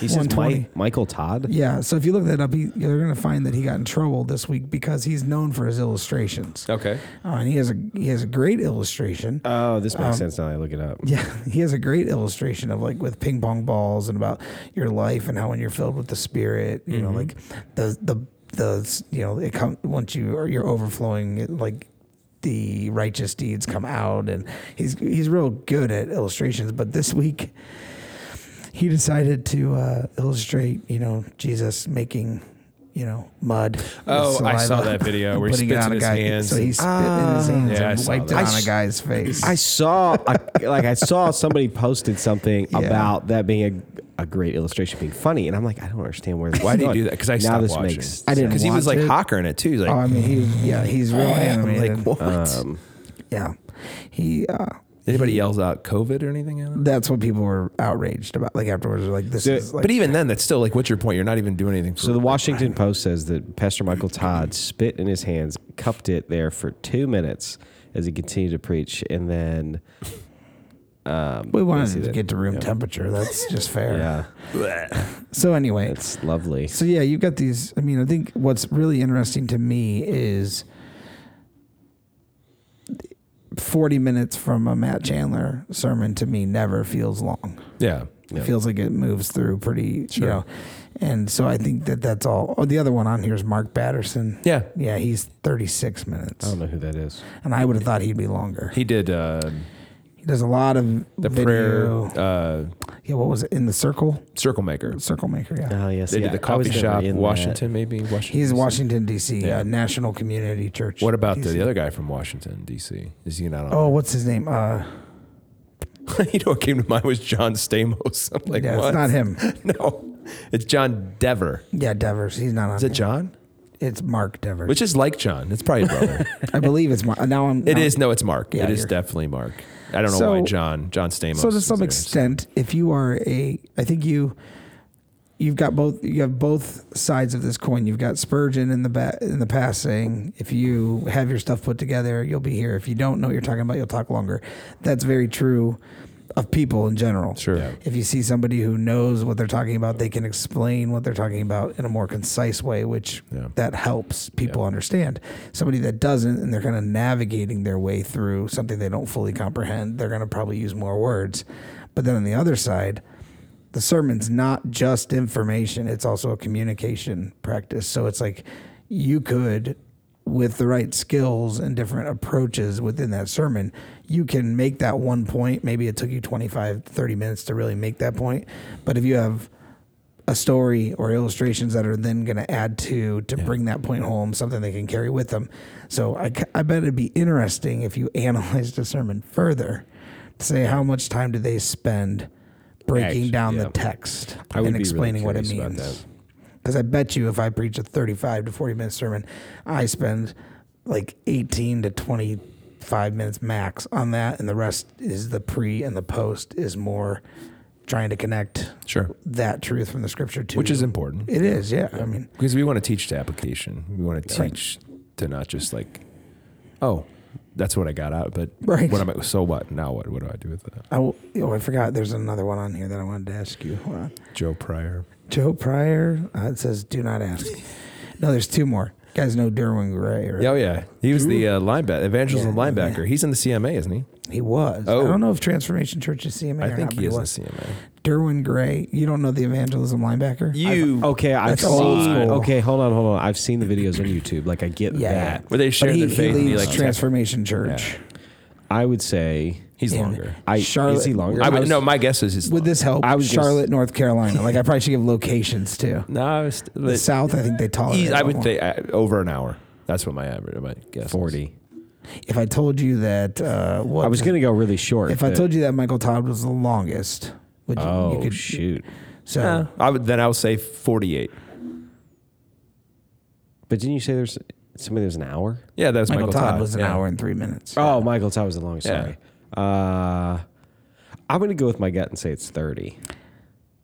Speaker 1: he says
Speaker 3: 120.
Speaker 1: Mike, Michael Todd.
Speaker 3: Yeah. So if you look that up, he, you're going to find that he got in trouble this week because he's known for his illustrations.
Speaker 5: okay.
Speaker 3: Uh, and he has a he has a great illustration.
Speaker 1: Oh, this
Speaker 5: Um,
Speaker 1: makes sense now. that I look it up.
Speaker 3: Yeah, he has a great illustration of like with ping pong balls and about your life and how when you're filled with the spirit, you know, like
Speaker 5: Mm-hmm.
Speaker 3: the the the you know it come once you are you're overflowing it, like the righteous deeds come out and he's he's real good at illustrations. But this week he decided to uh, illustrate you know Jesus making. You know, mud. with
Speaker 5: Oh, I
Speaker 3: saliva
Speaker 5: saw that video where he
Speaker 3: and putting it on a
Speaker 5: spits in his
Speaker 3: guy.
Speaker 5: hands
Speaker 3: So he
Speaker 5: and-
Speaker 3: spit in his hands
Speaker 5: Yeah, I
Speaker 3: and
Speaker 5: saw
Speaker 3: wiped it
Speaker 5: that.
Speaker 3: on a guy's face.
Speaker 1: I saw, a, like, I saw somebody posted something
Speaker 3: Yeah.
Speaker 1: about that being a, a great illustration, being funny, and I'm like, I don't understand where. this
Speaker 5: Why
Speaker 1: is
Speaker 5: did he
Speaker 1: going.
Speaker 5: do that? Because I
Speaker 1: now
Speaker 5: stopped
Speaker 1: this
Speaker 5: watching.
Speaker 1: makes.
Speaker 3: I didn't
Speaker 5: Because he was
Speaker 3: watch
Speaker 5: like
Speaker 3: it.
Speaker 5: hockering it too. He's like,
Speaker 3: Oh, I mean, he's yeah, he's real animated.
Speaker 5: like what?
Speaker 1: Um,
Speaker 3: Yeah, he. Uh,
Speaker 5: Anybody yells out COVID or anything at him?
Speaker 3: that's what people were outraged about. Like afterwards, they're like this
Speaker 1: So-
Speaker 3: is like.
Speaker 5: but even then, that's still like, what's your point? You're not even doing anything. For
Speaker 1: so the Washington Post says that Pastor Michael Todd spit in his hands, cupped it there for two minutes as he continued to preach, and then. Um,
Speaker 3: we wanted
Speaker 1: see
Speaker 3: to
Speaker 1: that.
Speaker 3: get to room
Speaker 1: Yeah.
Speaker 3: temperature. That's just fair.
Speaker 1: Yeah,
Speaker 3: So anyway,
Speaker 1: it's lovely.
Speaker 3: so yeah, you've got these. I mean, I think what's really interesting to me is forty minutes from a
Speaker 1: Mm-hmm.
Speaker 3: Matt Chandler sermon to me never feels long.
Speaker 5: yeah,
Speaker 1: Yeah.
Speaker 3: It feels like it moves through pretty,
Speaker 5: Sure.
Speaker 3: you know. And so I think that that's all. Oh, the other one on here is Mark Batterson.
Speaker 5: yeah,
Speaker 3: Yeah, he's 36 minutes.
Speaker 1: I don't know who that is.
Speaker 3: And I would have thought he'd be longer.
Speaker 5: Oh. he did uh,
Speaker 3: He does a lot of
Speaker 5: the
Speaker 3: video.
Speaker 5: prayer uh,
Speaker 3: Yeah, what was it? In the circle?
Speaker 5: circle maker.
Speaker 3: Circle maker, yeah.
Speaker 1: Oh yes,
Speaker 5: They
Speaker 1: yeah,
Speaker 5: did the
Speaker 1: I was
Speaker 5: coffee
Speaker 1: never
Speaker 5: shop,
Speaker 1: in that.
Speaker 5: Washington, maybe Washington.
Speaker 3: He's
Speaker 5: DC.
Speaker 3: Washington D.C.
Speaker 5: Yeah.
Speaker 3: Uh, National Community Church.
Speaker 5: What about the,
Speaker 3: DC.
Speaker 5: the other guy from Washington D.C.? Is he not on?
Speaker 3: Oh, what's his name? Uh,
Speaker 5: you know what came to mind was John Stamos. I'm like,
Speaker 3: yeah,
Speaker 5: what?
Speaker 3: it's not him.
Speaker 5: no, it's John Dever.
Speaker 3: Yeah, Devers. He's not on.
Speaker 5: Is it
Speaker 3: here.
Speaker 5: John?
Speaker 3: It's Mark Devers.
Speaker 5: Which is like John. It's probably a brother.
Speaker 3: I believe it's Mark. Now I'm.
Speaker 5: It
Speaker 3: now-
Speaker 5: is no, it's Mark.
Speaker 3: Yeah,
Speaker 5: it is
Speaker 3: you're-
Speaker 5: definitely Mark. I don't know
Speaker 3: So-
Speaker 5: why John John Stamos.
Speaker 3: So to
Speaker 5: was
Speaker 3: some
Speaker 5: there.
Speaker 3: extent, if you are a, I think you, you've got both. You have both sides of this coin. You've got Spurgeon in the ba- in the past saying, if you have your stuff put together, you'll be here. If you don't know what you're talking about, you'll talk longer. That's very true of people in general.
Speaker 5: Sure. Yeah.
Speaker 3: If you see somebody who knows what they're talking about, they can explain what they're talking about in a more concise way, which
Speaker 5: Yeah.
Speaker 3: that helps people understand. Somebody that doesn't and they're kind of navigating their way through something they don't fully comprehend, they're going to probably use more words. But then on the other side, the sermon's not just information, it's also a communication practice. So it's like you could with the right skills and different approaches within that sermon, you can make that one point. Maybe it took you 25, 30 minutes to really make that point. But if you have a story or illustrations that are then going to add to to bring that point home, something they can carry with them. So I, ca- I bet it'd be interesting if you analyzed the sermon further to say how much time did they spend breaking
Speaker 1: Act-
Speaker 3: down
Speaker 1: yeah.
Speaker 3: the text
Speaker 1: I would
Speaker 3: and
Speaker 1: be really
Speaker 3: explaining what it
Speaker 1: curious about
Speaker 3: means.
Speaker 1: that.
Speaker 3: Because I bet you if I preach a 35 to 40 minute sermon, I spend like 18 to 25 minutes max on that. And the rest is the pre and the post is more trying to connect
Speaker 5: Sure.
Speaker 3: that truth from the scripture to
Speaker 5: Which is important.
Speaker 3: It is, yeah. I mean,
Speaker 5: because we want to teach to application. We want to
Speaker 3: Right.
Speaker 5: teach to not just like, oh, that's what I got out. But
Speaker 3: Right.
Speaker 5: what am I? So what? Now what? What do I do with that?
Speaker 3: I, w- oh, I forgot there's another one on here that I wanted to ask you. Hold on.
Speaker 5: Joe Pryor.
Speaker 3: Joe Pryor, uh, it says, do not ask. no, there's two more. You guys know Derwin Gray, right?
Speaker 5: Oh yeah, he was the uh, linebacker, evangelism
Speaker 3: Yeah,
Speaker 5: linebacker.
Speaker 3: yeah.
Speaker 5: He's in the CMA, isn't he?
Speaker 3: He was.
Speaker 5: Oh.
Speaker 3: I don't know if Transformation Church is CMA
Speaker 5: I
Speaker 3: or
Speaker 5: think
Speaker 3: not,
Speaker 5: he
Speaker 3: but
Speaker 5: is in the
Speaker 3: was.
Speaker 5: CMA.
Speaker 3: Derwin Gray. You don't know the evangelism linebacker?
Speaker 5: You
Speaker 3: oh,
Speaker 1: Okay, I've
Speaker 3: That's old
Speaker 1: seen.
Speaker 3: school.
Speaker 1: Okay, hold on, hold on. I've seen the videos on YouTube. Like I get
Speaker 3: yeah, yeah.
Speaker 1: that.
Speaker 5: Where they
Speaker 3: But
Speaker 5: share
Speaker 3: he,
Speaker 5: their faith
Speaker 3: He
Speaker 5: and he,
Speaker 3: leads
Speaker 5: like,
Speaker 3: Transformation Church.
Speaker 1: I would say
Speaker 5: He's
Speaker 3: And
Speaker 5: longer.
Speaker 1: I
Speaker 3: Charlotte-
Speaker 1: is he longer?
Speaker 5: I
Speaker 3: I
Speaker 5: would,
Speaker 3: was-
Speaker 5: no, my guess is he's
Speaker 3: Would
Speaker 5: longer.
Speaker 3: this help?
Speaker 1: I was just-
Speaker 3: Charlotte, North Carolina. Like I probably should give locations too.
Speaker 5: No, I was.
Speaker 3: The South, I think they tolerate.
Speaker 5: He's-
Speaker 3: it a
Speaker 5: I
Speaker 3: lot
Speaker 5: would
Speaker 3: more.
Speaker 5: say uh, over an hour. That's what my average. My guess. is.
Speaker 1: forty.
Speaker 3: if I told you that. Uh, what
Speaker 1: I was gonna go really short.
Speaker 3: If I
Speaker 1: but-
Speaker 3: told you that Michael Todd was the longest, would you?
Speaker 1: oh
Speaker 3: you could,
Speaker 1: shoot!
Speaker 3: So
Speaker 5: Uh, I would then I would say forty-eight.
Speaker 1: But didn't you say there's somebody that was an hour? Uh,
Speaker 5: Yeah, that's
Speaker 3: Michael, Todd, was an
Speaker 5: yeah.
Speaker 3: hour and three minutes.
Speaker 1: Oh, Michael Todd was the longest.
Speaker 5: Yeah.
Speaker 1: Sorry. Uh, I'm going to go with my gut and say it's 30.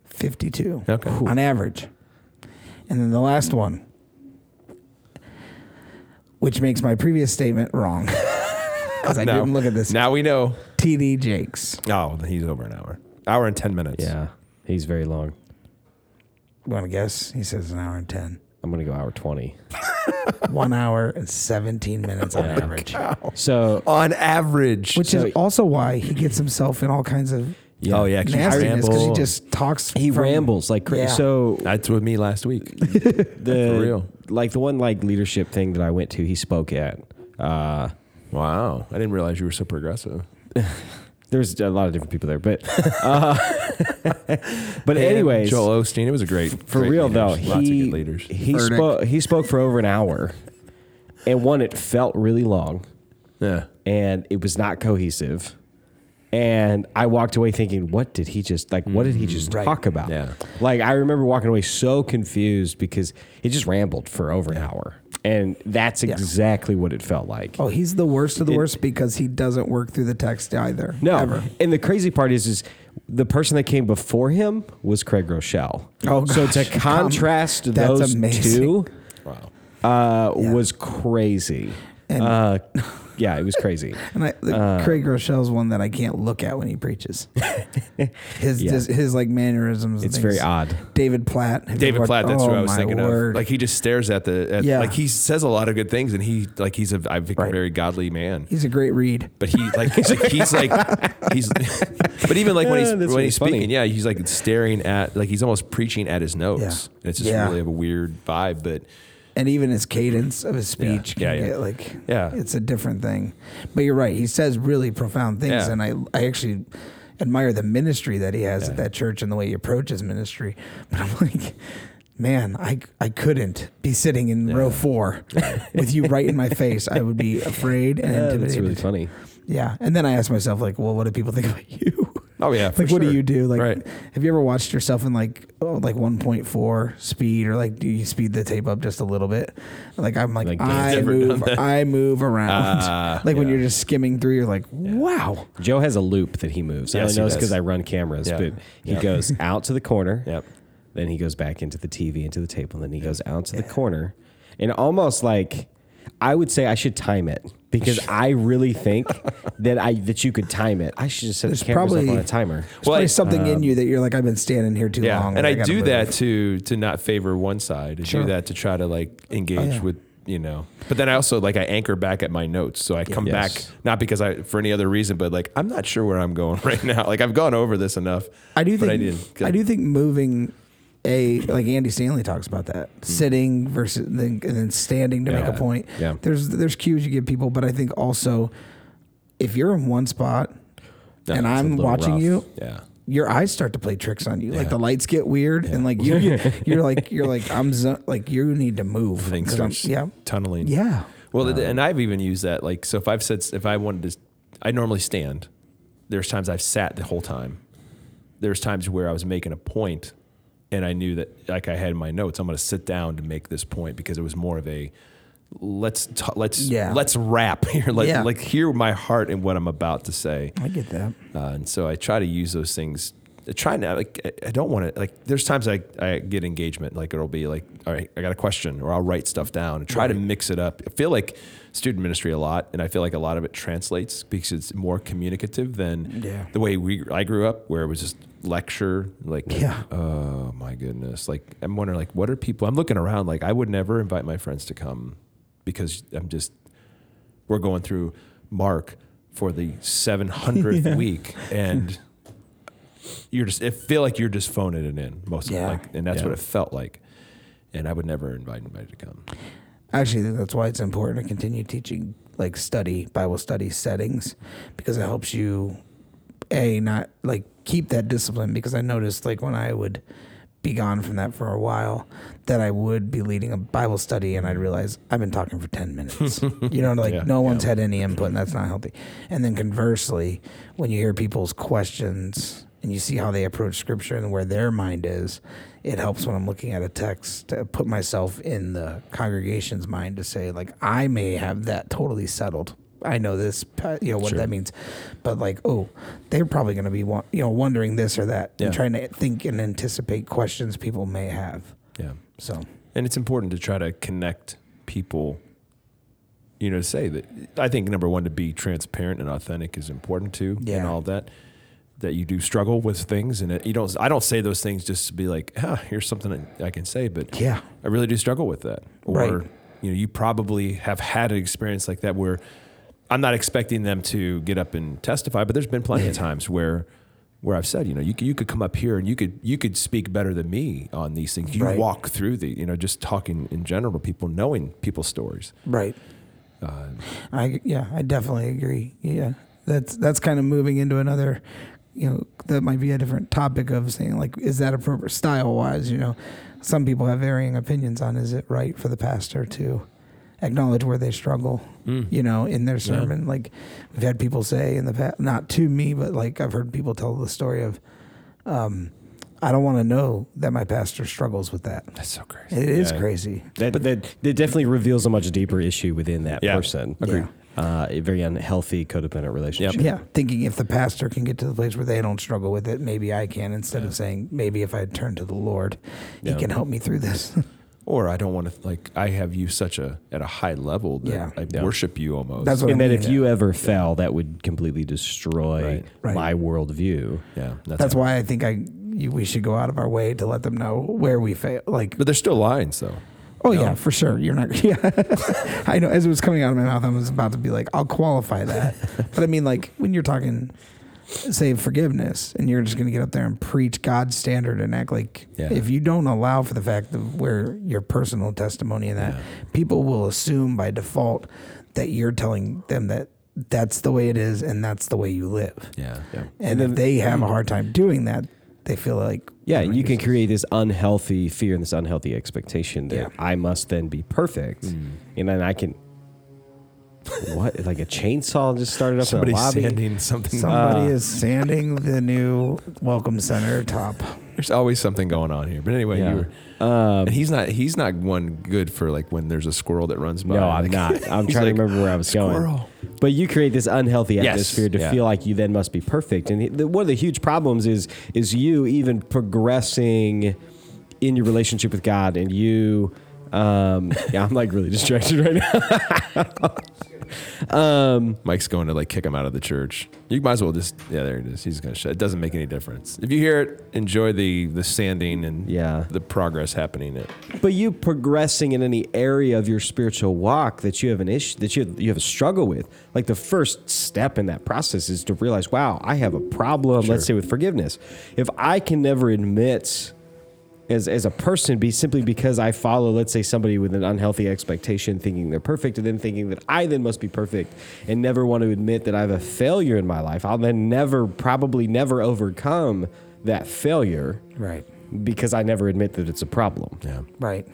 Speaker 3: 52
Speaker 5: Okay.
Speaker 3: on average. And then the last one, which makes my previous statement wrong. 'Cause I
Speaker 5: Now-
Speaker 3: didn't look at this.
Speaker 5: Now we know.
Speaker 3: TD Jakes.
Speaker 5: Oh, he's over an hour. Hour and 10 minutes.
Speaker 1: Yeah. He's very long.
Speaker 3: Want to guess? He says an hour and 10.
Speaker 1: I'm going to go hour 20.
Speaker 3: One hour and 17 minutes on average.
Speaker 1: So,
Speaker 5: On average.
Speaker 3: Which
Speaker 1: Oh So-
Speaker 3: is also why he gets himself in all kinds of
Speaker 5: Yeah. Oh, yeah. 'cause he
Speaker 3: nastiness because he
Speaker 5: rambled.
Speaker 3: just talks.
Speaker 1: he
Speaker 3: from-
Speaker 1: rambles like crazy.
Speaker 3: Yeah.
Speaker 1: So,
Speaker 5: That's with me last week.
Speaker 1: the
Speaker 5: For real.
Speaker 1: like the one like leadership thing that I went to, he spoke at. Uh,
Speaker 5: wow. I didn't realize you were so progressive.
Speaker 1: there's a lot of different people there, but uh, but anyways,
Speaker 5: Joel Osteen. It was a great.
Speaker 1: for
Speaker 5: great
Speaker 1: real
Speaker 5: leaders.
Speaker 1: though,
Speaker 5: Lots
Speaker 1: he
Speaker 5: of good leaders.
Speaker 1: he
Speaker 3: Verdict.
Speaker 1: spoke he spoke for over an hour, and one it felt really long,
Speaker 5: Yeah.
Speaker 1: and it was not cohesive, and I walked away thinking, what did he just like? What did he just talk about?
Speaker 5: Yeah.
Speaker 1: like I remember walking away so confused because he just rambled for over an hour, and that's exactly what it felt like.
Speaker 3: Oh, he's the worst of the
Speaker 1: It-
Speaker 3: worst because he doesn't work through the text either.
Speaker 1: No.
Speaker 3: Ever.
Speaker 1: And the crazy part is, is the person that came before him was Craig Rochelle.
Speaker 3: Oh,
Speaker 1: so to
Speaker 3: gosh.
Speaker 1: contrast
Speaker 3: Com- that's
Speaker 1: those
Speaker 3: amazing.
Speaker 1: two,
Speaker 5: Wow.
Speaker 1: uh,
Speaker 3: Yeah.
Speaker 1: was crazy.
Speaker 3: And-
Speaker 1: uh, yeah, it was crazy.
Speaker 3: And I, the,
Speaker 5: Uh,
Speaker 3: Craig Rochelle's one that I can't look at when he preaches. his,
Speaker 1: Yeah.
Speaker 3: his his like mannerisms. and
Speaker 1: It's
Speaker 3: things.
Speaker 1: very odd.
Speaker 3: David Platt. have you
Speaker 5: David
Speaker 3: watched-
Speaker 5: Platt. That's
Speaker 3: oh,
Speaker 5: who I was
Speaker 3: my
Speaker 5: thinking
Speaker 3: word.
Speaker 5: of. Like he just stares at the. At,
Speaker 3: Yeah.
Speaker 5: Like he says a lot of good things, and he like he's a I think,
Speaker 3: Right.
Speaker 5: very godly man.
Speaker 3: he's a great read.
Speaker 5: But he like he's like, he's like he's but even like when he's
Speaker 1: Yeah, that's
Speaker 5: when
Speaker 1: really
Speaker 5: he's
Speaker 1: funny.
Speaker 5: speaking, yeah, he's like staring at like he's almost preaching at his notes.
Speaker 3: Yeah.
Speaker 5: And it's just
Speaker 3: Yeah.
Speaker 5: really of a weird vibe, but
Speaker 3: and even his cadence of his speech
Speaker 5: Yeah,
Speaker 3: can
Speaker 5: yeah.
Speaker 3: get like
Speaker 5: Yeah.
Speaker 3: it's a different thing but you're right he says really profound things
Speaker 5: Yeah.
Speaker 3: and i i actually admire the ministry that he has at that church and the way he approaches ministry but i'm like man i i couldn't be sitting in row 4 with you right in my face i would be afraid and
Speaker 1: Yeah, that's
Speaker 3: intimidated
Speaker 1: really funny.
Speaker 3: yeah and then i asked myself like well what do people think about you
Speaker 5: oh yeah.
Speaker 3: like what do you do like
Speaker 5: Right.
Speaker 3: have you ever watched yourself in like oh, like 1.4 speed or like do you speed the tape up just a little bit like i'm like,
Speaker 1: Like,
Speaker 3: i
Speaker 5: never done
Speaker 3: move
Speaker 5: that.
Speaker 3: i move around
Speaker 5: Ah,
Speaker 3: like when
Speaker 5: yeah.
Speaker 3: you're just skimming through you're like wow
Speaker 1: Joe has a loop that he moves. I
Speaker 5: Yes,
Speaker 1: only
Speaker 5: he
Speaker 1: know it's
Speaker 5: does.
Speaker 1: because I run cameras,
Speaker 5: Yeah.
Speaker 1: but he
Speaker 5: Yeah.
Speaker 1: goes out to the corner.
Speaker 5: Yep.
Speaker 1: Then he goes back into the TV, into the table, and then he goes out to the corner. And almost like I would say I should time it because I really think that I that you could time it. I should just set
Speaker 3: There's
Speaker 1: the cameras
Speaker 3: probably-
Speaker 1: up on a timer.
Speaker 3: there's probably something in you that you're like i've been standing here too
Speaker 5: um, Yeah,
Speaker 3: long
Speaker 5: and I,
Speaker 3: like, gotta
Speaker 5: do
Speaker 3: move."
Speaker 5: that to to not favor one side. I
Speaker 3: Sure. Oh,
Speaker 5: do that to try to like engage
Speaker 3: yeah.
Speaker 5: with you know. But then I also like I anchor back at my notes, so I come
Speaker 1: Yes.
Speaker 5: back not because I for any other reason, but like I'm not sure where I'm going right now. Like I've gone over this enough.
Speaker 3: i do
Speaker 5: but
Speaker 3: think
Speaker 5: I
Speaker 3: I,
Speaker 5: didn't.
Speaker 3: do think moving a like Andy Stanley talks about that
Speaker 5: Hmm.
Speaker 3: sitting versus then, and then standing to make
Speaker 1: Yeah.
Speaker 3: a point.
Speaker 1: Yeah.
Speaker 3: There's there's cues you give people, but I think also if you're in one spot
Speaker 5: Yeah,
Speaker 3: and
Speaker 5: it's a
Speaker 3: I'm
Speaker 1: little
Speaker 3: watching
Speaker 1: rough.
Speaker 3: you,
Speaker 5: Yeah.
Speaker 3: your eyes start to play tricks on you. Like the lights get weird, and like you, you, you're like you're like I'm zo- like you need to move.
Speaker 5: Things
Speaker 3: 'Cause I'm-
Speaker 5: starts
Speaker 3: yeah,
Speaker 5: tunneling.
Speaker 3: yeah.
Speaker 5: Well,
Speaker 3: Um,
Speaker 5: th- and I've even used that. Like, so if I've said, if I wanted to, I normally stand. There's times I've sat the whole time. There's times where I was making a point and I knew that, like, I had in my notes, I'm going to sit down to make this point because it was more of a, let's, t- let's,
Speaker 3: Yeah.
Speaker 5: let's rap here. Let,
Speaker 3: Yeah.
Speaker 5: Like, hear my heart and what I'm about to say.
Speaker 3: I get that.
Speaker 5: Uh, and so I try to use those things. I try not like I- I don't want to like. There's times I, I get engagement like it'll be like all right I got a question or I'll write stuff down and try to mix it up. I feel like student ministry a lot, and I feel like a lot of it translates because it's more communicative than
Speaker 3: Yeah.
Speaker 5: the way we I grew up where it was just lecture like
Speaker 3: Yeah.
Speaker 5: oh my goodness like I'm wondering like what are people I'm looking around like I would never invite my friends to come because I'm just we're going through Mark for the 700th week, and you're just it feel like you're just phoning it in most
Speaker 3: Yeah.
Speaker 5: of the like, and that's
Speaker 1: Yeah.
Speaker 5: what it felt like. And I would never invite anybody to come.
Speaker 3: Actually, that's why it's important to continue teaching like study Bible study settings because it helps you a not like keep that discipline because I noticed like when I would be gone from that for a while that I would be leading a Bible study and I'd realize I've been talking for 10 minutes. you know like
Speaker 5: Yeah,
Speaker 3: no one's had any input and that's not healthy. And then conversely, when you hear people's questions and you see how they approach scripture and where their mind is, it helps when I'm looking at a text to put myself in the congregation's mind to say like I may have that totally settled. I know this, but, you know what that means, but like, oh, they're probably going to be wa- you know wondering this or that,
Speaker 5: Yeah.
Speaker 3: and trying to think and anticipate questions people may have.
Speaker 5: Yeah.
Speaker 3: So
Speaker 5: And it's important to try to connect people, you know, to say that I think number one, to be transparent and authentic is important too, and
Speaker 3: Yeah.
Speaker 5: all that. That you do struggle with things, and it, you don't. I don't say those things just to be like, ah, here's something that I can say, but
Speaker 3: Yeah.
Speaker 5: I really do struggle with that. Or
Speaker 3: Right.
Speaker 5: you know, you probably have had an experience like that where I'm not expecting them to get up and testify, but there's been plenty of times where where I've said, you know, you could, you could come up here and you could you could speak better than me on these things. You
Speaker 3: Right.
Speaker 5: walk through the, you know, just talking in general to people, knowing people's stories.
Speaker 3: right, I yeah, I definitely agree. Yeah, that's that's kind of moving into another. You know, that might be a different topic of saying like, is that appropriate style wise? You know, some people have varying opinions on is it right for the pastor to acknowledge where they struggle. You know, in their sermon, like we've had people say in the past, not to me, but like I've heard people tell the story of, um, I don't want to know that my pastor struggles with that.
Speaker 5: That's so crazy.
Speaker 3: It is
Speaker 1: Yeah.
Speaker 3: crazy.
Speaker 1: That, but that, that definitely reveals a much deeper issue within that
Speaker 5: Yeah.
Speaker 1: person.
Speaker 3: Agreed.
Speaker 1: Uh, a very unhealthy codependent relationship.
Speaker 3: Yeah, thinking if the pastor can get to the place where they don't struggle with it, maybe I can. Instead of saying maybe if I turn to the Lord,
Speaker 1: Yeah.
Speaker 3: He can help me through this.
Speaker 5: Or I don't want to like I have you such a at a high level that
Speaker 3: Yeah.
Speaker 5: I
Speaker 1: Yeah.
Speaker 5: worship you almost.
Speaker 3: That's what
Speaker 1: And
Speaker 3: I
Speaker 1: that
Speaker 3: mean.
Speaker 1: if you ever fell, that would completely destroy
Speaker 5: Right.
Speaker 3: Right.
Speaker 1: my worldview.
Speaker 5: yeah,
Speaker 3: That's why I think I you, we should go out of our way to let them know where we fail. Like,
Speaker 5: But there's still lines though.
Speaker 3: oh yeah, for sure. You're not. Yeah, I know. As it was coming out of my mouth, I was about to be like, I'll qualify that. but I mean, like when you're talking, say forgiveness, and you're just going to get up there and preach God's standard and act like
Speaker 5: Yeah.
Speaker 3: if you don't allow for the fact of where your personal testimony and that people will assume by default that you're telling them that that's the way it is and that's the way you live.
Speaker 5: Yeah. Yeah.
Speaker 3: And if they have a hard time doing that, they feel like
Speaker 1: Yeah, and you can create this unhealthy fear and this unhealthy expectation that
Speaker 3: Yeah.
Speaker 1: I must then be perfect,
Speaker 5: Hmm.
Speaker 1: and then I can. What like a chainsaw just started up
Speaker 5: Somebody's
Speaker 1: in the lobby?
Speaker 5: sanding something.
Speaker 3: Somebody is sanding the new welcome center top.
Speaker 5: There's always something going on here. But anyway,
Speaker 1: Yeah. Um,
Speaker 5: you were, and he's not he's not one good for like when there's a squirrel that runs by.
Speaker 1: No, I'm
Speaker 5: Like,
Speaker 1: not. I'm
Speaker 5: he's
Speaker 1: trying
Speaker 5: like,
Speaker 1: to remember where I was
Speaker 5: "Squirrel."
Speaker 1: going. But you create this unhealthy
Speaker 5: Yes,
Speaker 1: atmosphere to
Speaker 5: yeah.
Speaker 1: feel like you then must be perfect. And the, one of the huge problems is is you even progressing in your relationship with God and you. Um, yeah, I'm like really distracted right now.
Speaker 5: Mike's going to like kick him out of the church. You might as well just yeah, there it is. He's gonna shut. It doesn't make any difference. If you hear it, enjoy the the sanding and
Speaker 1: Yeah.
Speaker 5: the progress happening. At,
Speaker 1: But you progressing in any area of your spiritual walk that you have an issue that you you have a struggle with, like the first step in that process is to realize, wow, I have a problem. Let's say with forgiveness. If I can never admit as as a person be simply because I follow, let's say, somebody with an unhealthy expectation, thinking they're perfect, and then thinking that I then must be perfect, and never want to admit that I have a failure in my life. I'll then never, probably never overcome that failure
Speaker 3: Right.
Speaker 1: because I never admit that it's a problem.
Speaker 5: yeah,
Speaker 3: Right.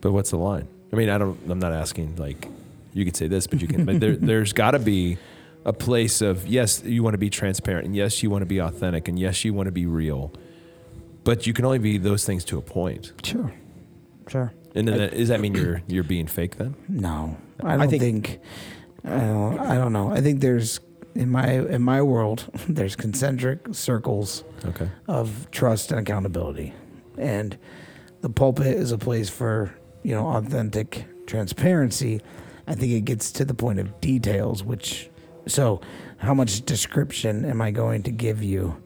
Speaker 5: but what's the line? I mean, I don't. I'm not asking like you could say this, but you can. but there, there's got to be a place of yes, you want to be transparent, and yes, you want to be authentic, and yes, you want to be real. But you can only be those things to a point.
Speaker 3: Sure. Sure.
Speaker 5: And then that, does that mean you're you're being fake then?
Speaker 3: No, I
Speaker 1: I
Speaker 3: don't
Speaker 1: think-
Speaker 3: think. I don't. I don't know. I think there's in my in my world there's concentric circles
Speaker 5: Okay.
Speaker 3: of trust and accountability, and the pulpit is a place for you know authentic transparency. I think it gets to the point of details, which so how much description am I going to give you?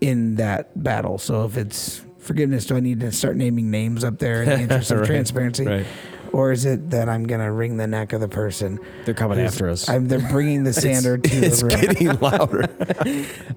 Speaker 3: in that battle. So if it's forgiveness, do I need to start naming names up there in the interest of
Speaker 5: Right,
Speaker 3: transparency?
Speaker 5: right.
Speaker 3: Or is it that I'm going to wring the neck of the person?
Speaker 1: They're coming
Speaker 3: who's-
Speaker 1: after us.
Speaker 3: I'm, they're bringing the sander to
Speaker 5: It's
Speaker 3: the room.
Speaker 5: getting louder.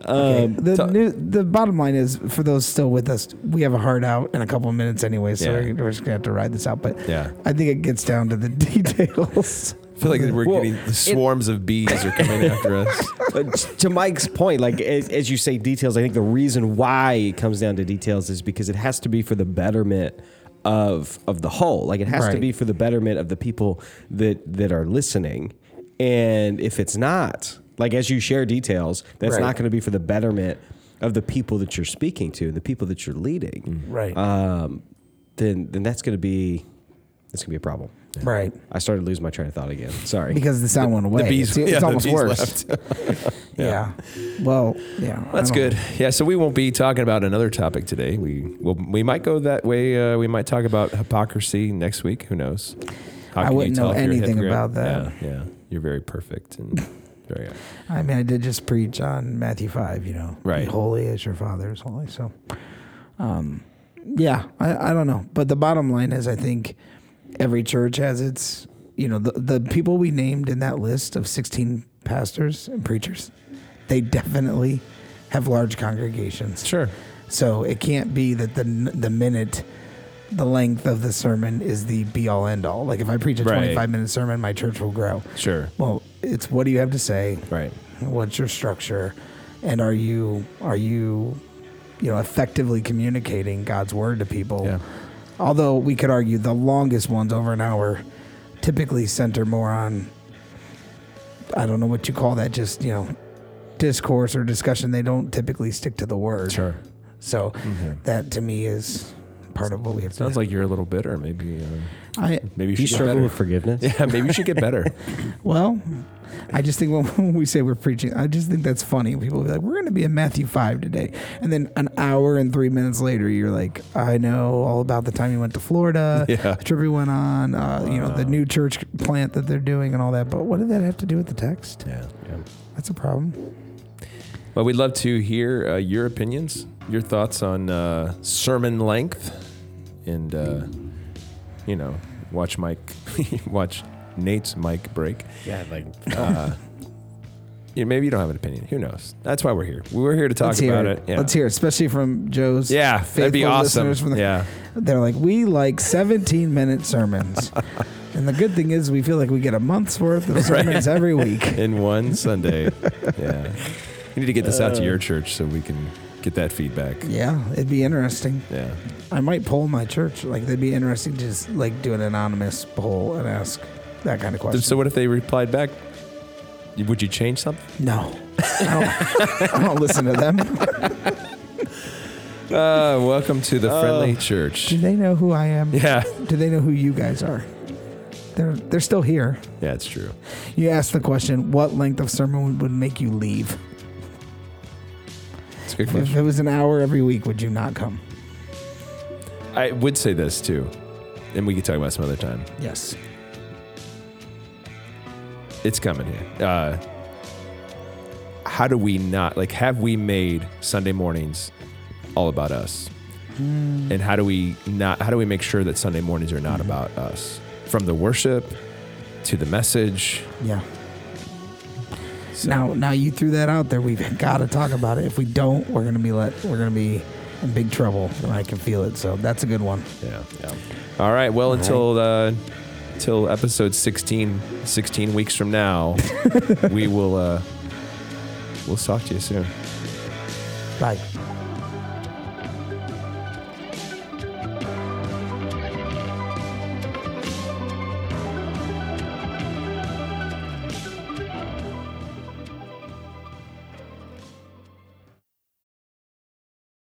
Speaker 3: Okay, the
Speaker 5: so-
Speaker 3: new, the bottom line is for those still with us, we have a hard out in a couple of minutes anyway, so
Speaker 5: Yeah.
Speaker 3: we're, we're just gonna have to ride this out. But
Speaker 5: Yeah.
Speaker 3: I think it gets down to the details.
Speaker 5: I feel like we're
Speaker 1: Well,
Speaker 5: getting the swarms of bees are coming after us.
Speaker 1: But to Mike's point, like as, as you say details, I think the reason why it comes down to details is because it has to be for the betterment of of the whole. Like it has to
Speaker 3: Right.
Speaker 1: be for the betterment of the people that that are listening. And if it's not, like as you share details, that's
Speaker 3: Right.
Speaker 1: not going to be for the betterment of the people that you're speaking to and the people that you're leading.
Speaker 5: Uh,
Speaker 3: right.
Speaker 1: Um, then then that's going to be that's going to be a problem.
Speaker 3: Right.
Speaker 1: I started to lose my train of thought again. Sorry.
Speaker 3: Because the sound went away.
Speaker 5: bees-
Speaker 3: it's it's
Speaker 5: yeah, the
Speaker 3: almost
Speaker 5: bees
Speaker 3: worse. yeah. Well, yeah. I
Speaker 5: That's
Speaker 3: don't-
Speaker 5: good. Yeah, so we won't be talking about another topic today. We will we might go that way. Uh, we might talk about hypocrisy next week. Who knows? How
Speaker 3: I
Speaker 5: can you
Speaker 3: wouldn't know
Speaker 5: tell if you're a
Speaker 3: anything
Speaker 5: hypocrite?
Speaker 3: about that.
Speaker 5: Yeah, yeah. you're very perfect and very
Speaker 3: I mean, I did just preach on Matthew 5, you know.
Speaker 5: Right.
Speaker 3: Be holy as your father is holy. So, um, yeah, I, I don't know. But the bottom line is, I think every church has its, you know, the, the people we named in that list of 16 pastors and preachers, they definitely have large congregations.
Speaker 5: sure.
Speaker 3: So it can't be that the the minute the length of the sermon is the be all end all. Like if I preach a
Speaker 5: Right.
Speaker 3: 25 minute sermon, my church will grow.
Speaker 5: Sure.
Speaker 3: Well, it's what do you have to say?
Speaker 5: Right.
Speaker 3: What's your structure? And are you are you you know effectively communicating God's word to people?
Speaker 5: Yeah.
Speaker 3: Although we could argue the longest ones over an hour typically center more on I don't know what you call that just, you know, discourse or discussion. They don't typically stick to the word.
Speaker 5: Sure. Mm-hmm.
Speaker 3: So that to me is part of what we have to
Speaker 5: Sounds
Speaker 3: do.
Speaker 5: like you're a little bitter. Maybe uh,
Speaker 3: I
Speaker 5: maybe you
Speaker 1: Do you
Speaker 5: should get better.
Speaker 1: struggle with forgiveness?
Speaker 5: yeah, maybe you should get better.
Speaker 3: well, I just think when we say we're preaching, I just think that's funny. People be like, "We're going to be in Matthew five today," and then an hour and three minutes later, you're like, "I know all about the time you went to Florida,
Speaker 5: Yeah.
Speaker 3: the trip we went on, uh, you know, the new church plant that they're doing, and all that." But what did that have to do with the text?
Speaker 5: yeah. yeah.
Speaker 3: That's a problem.
Speaker 5: But we'd love to hear uh, your opinions, your thoughts on uh, sermon length, and uh, you know, watch Mike, watch Nate's mic break.
Speaker 1: Yeah, like
Speaker 5: You maybe you don't have an opinion. Who knows? That's why we're here. We were here to talk
Speaker 3: Let's hear
Speaker 5: about
Speaker 3: it.
Speaker 5: it. Yeah.
Speaker 3: Let's hear, it, especially from Joe's.
Speaker 5: Yeah, that'd be
Speaker 3: faithful
Speaker 5: awesome.
Speaker 3: listeners from the-
Speaker 5: yeah,
Speaker 3: They're like, we like 17 minute sermons. and the good thing is, we feel like we get a month's worth of sermons every week.
Speaker 5: in one Sunday. yeah, you need to get this out to
Speaker 3: Uh,
Speaker 5: your church so we can get that feedback.
Speaker 3: Yeah, it'd be interesting.
Speaker 5: Yeah,
Speaker 3: I might poll my church. Like, they'd be interesting to just like do an anonymous poll and ask that kind of question.
Speaker 5: So what if they replied back? Would you change something?
Speaker 3: no, I don't, I don't listen to them.
Speaker 5: Uh, welcome to the friendly church.
Speaker 3: Do they know who I am?
Speaker 5: Yeah,
Speaker 3: Do they know who you guys are? They're they're still here.
Speaker 5: yeah, it's true.
Speaker 3: You asked the question, what length of sermon would, would make you leave?
Speaker 5: It's a good
Speaker 3: If
Speaker 5: question.
Speaker 3: it was an hour every week, would you not come?
Speaker 5: I would say this too, and we could talk about it some other time.
Speaker 3: Yes.
Speaker 5: It's coming here. Uh, how do we not like? Have we made Sunday mornings all about us? And how do we not? How do we make sure that Sunday mornings are not about us? From the worship to the message.
Speaker 3: Yeah.
Speaker 5: So-
Speaker 3: Now, now you threw that out there. We've got to talk about it. If we don't, we're gonna be let. We're gonna be in big trouble, and I can feel it. So that's a good one.
Speaker 5: Yeah. All right. Well, until uh, until episode 16, 16 weeks from now, we will uh, we'll talk to you soon.
Speaker 3: Bye.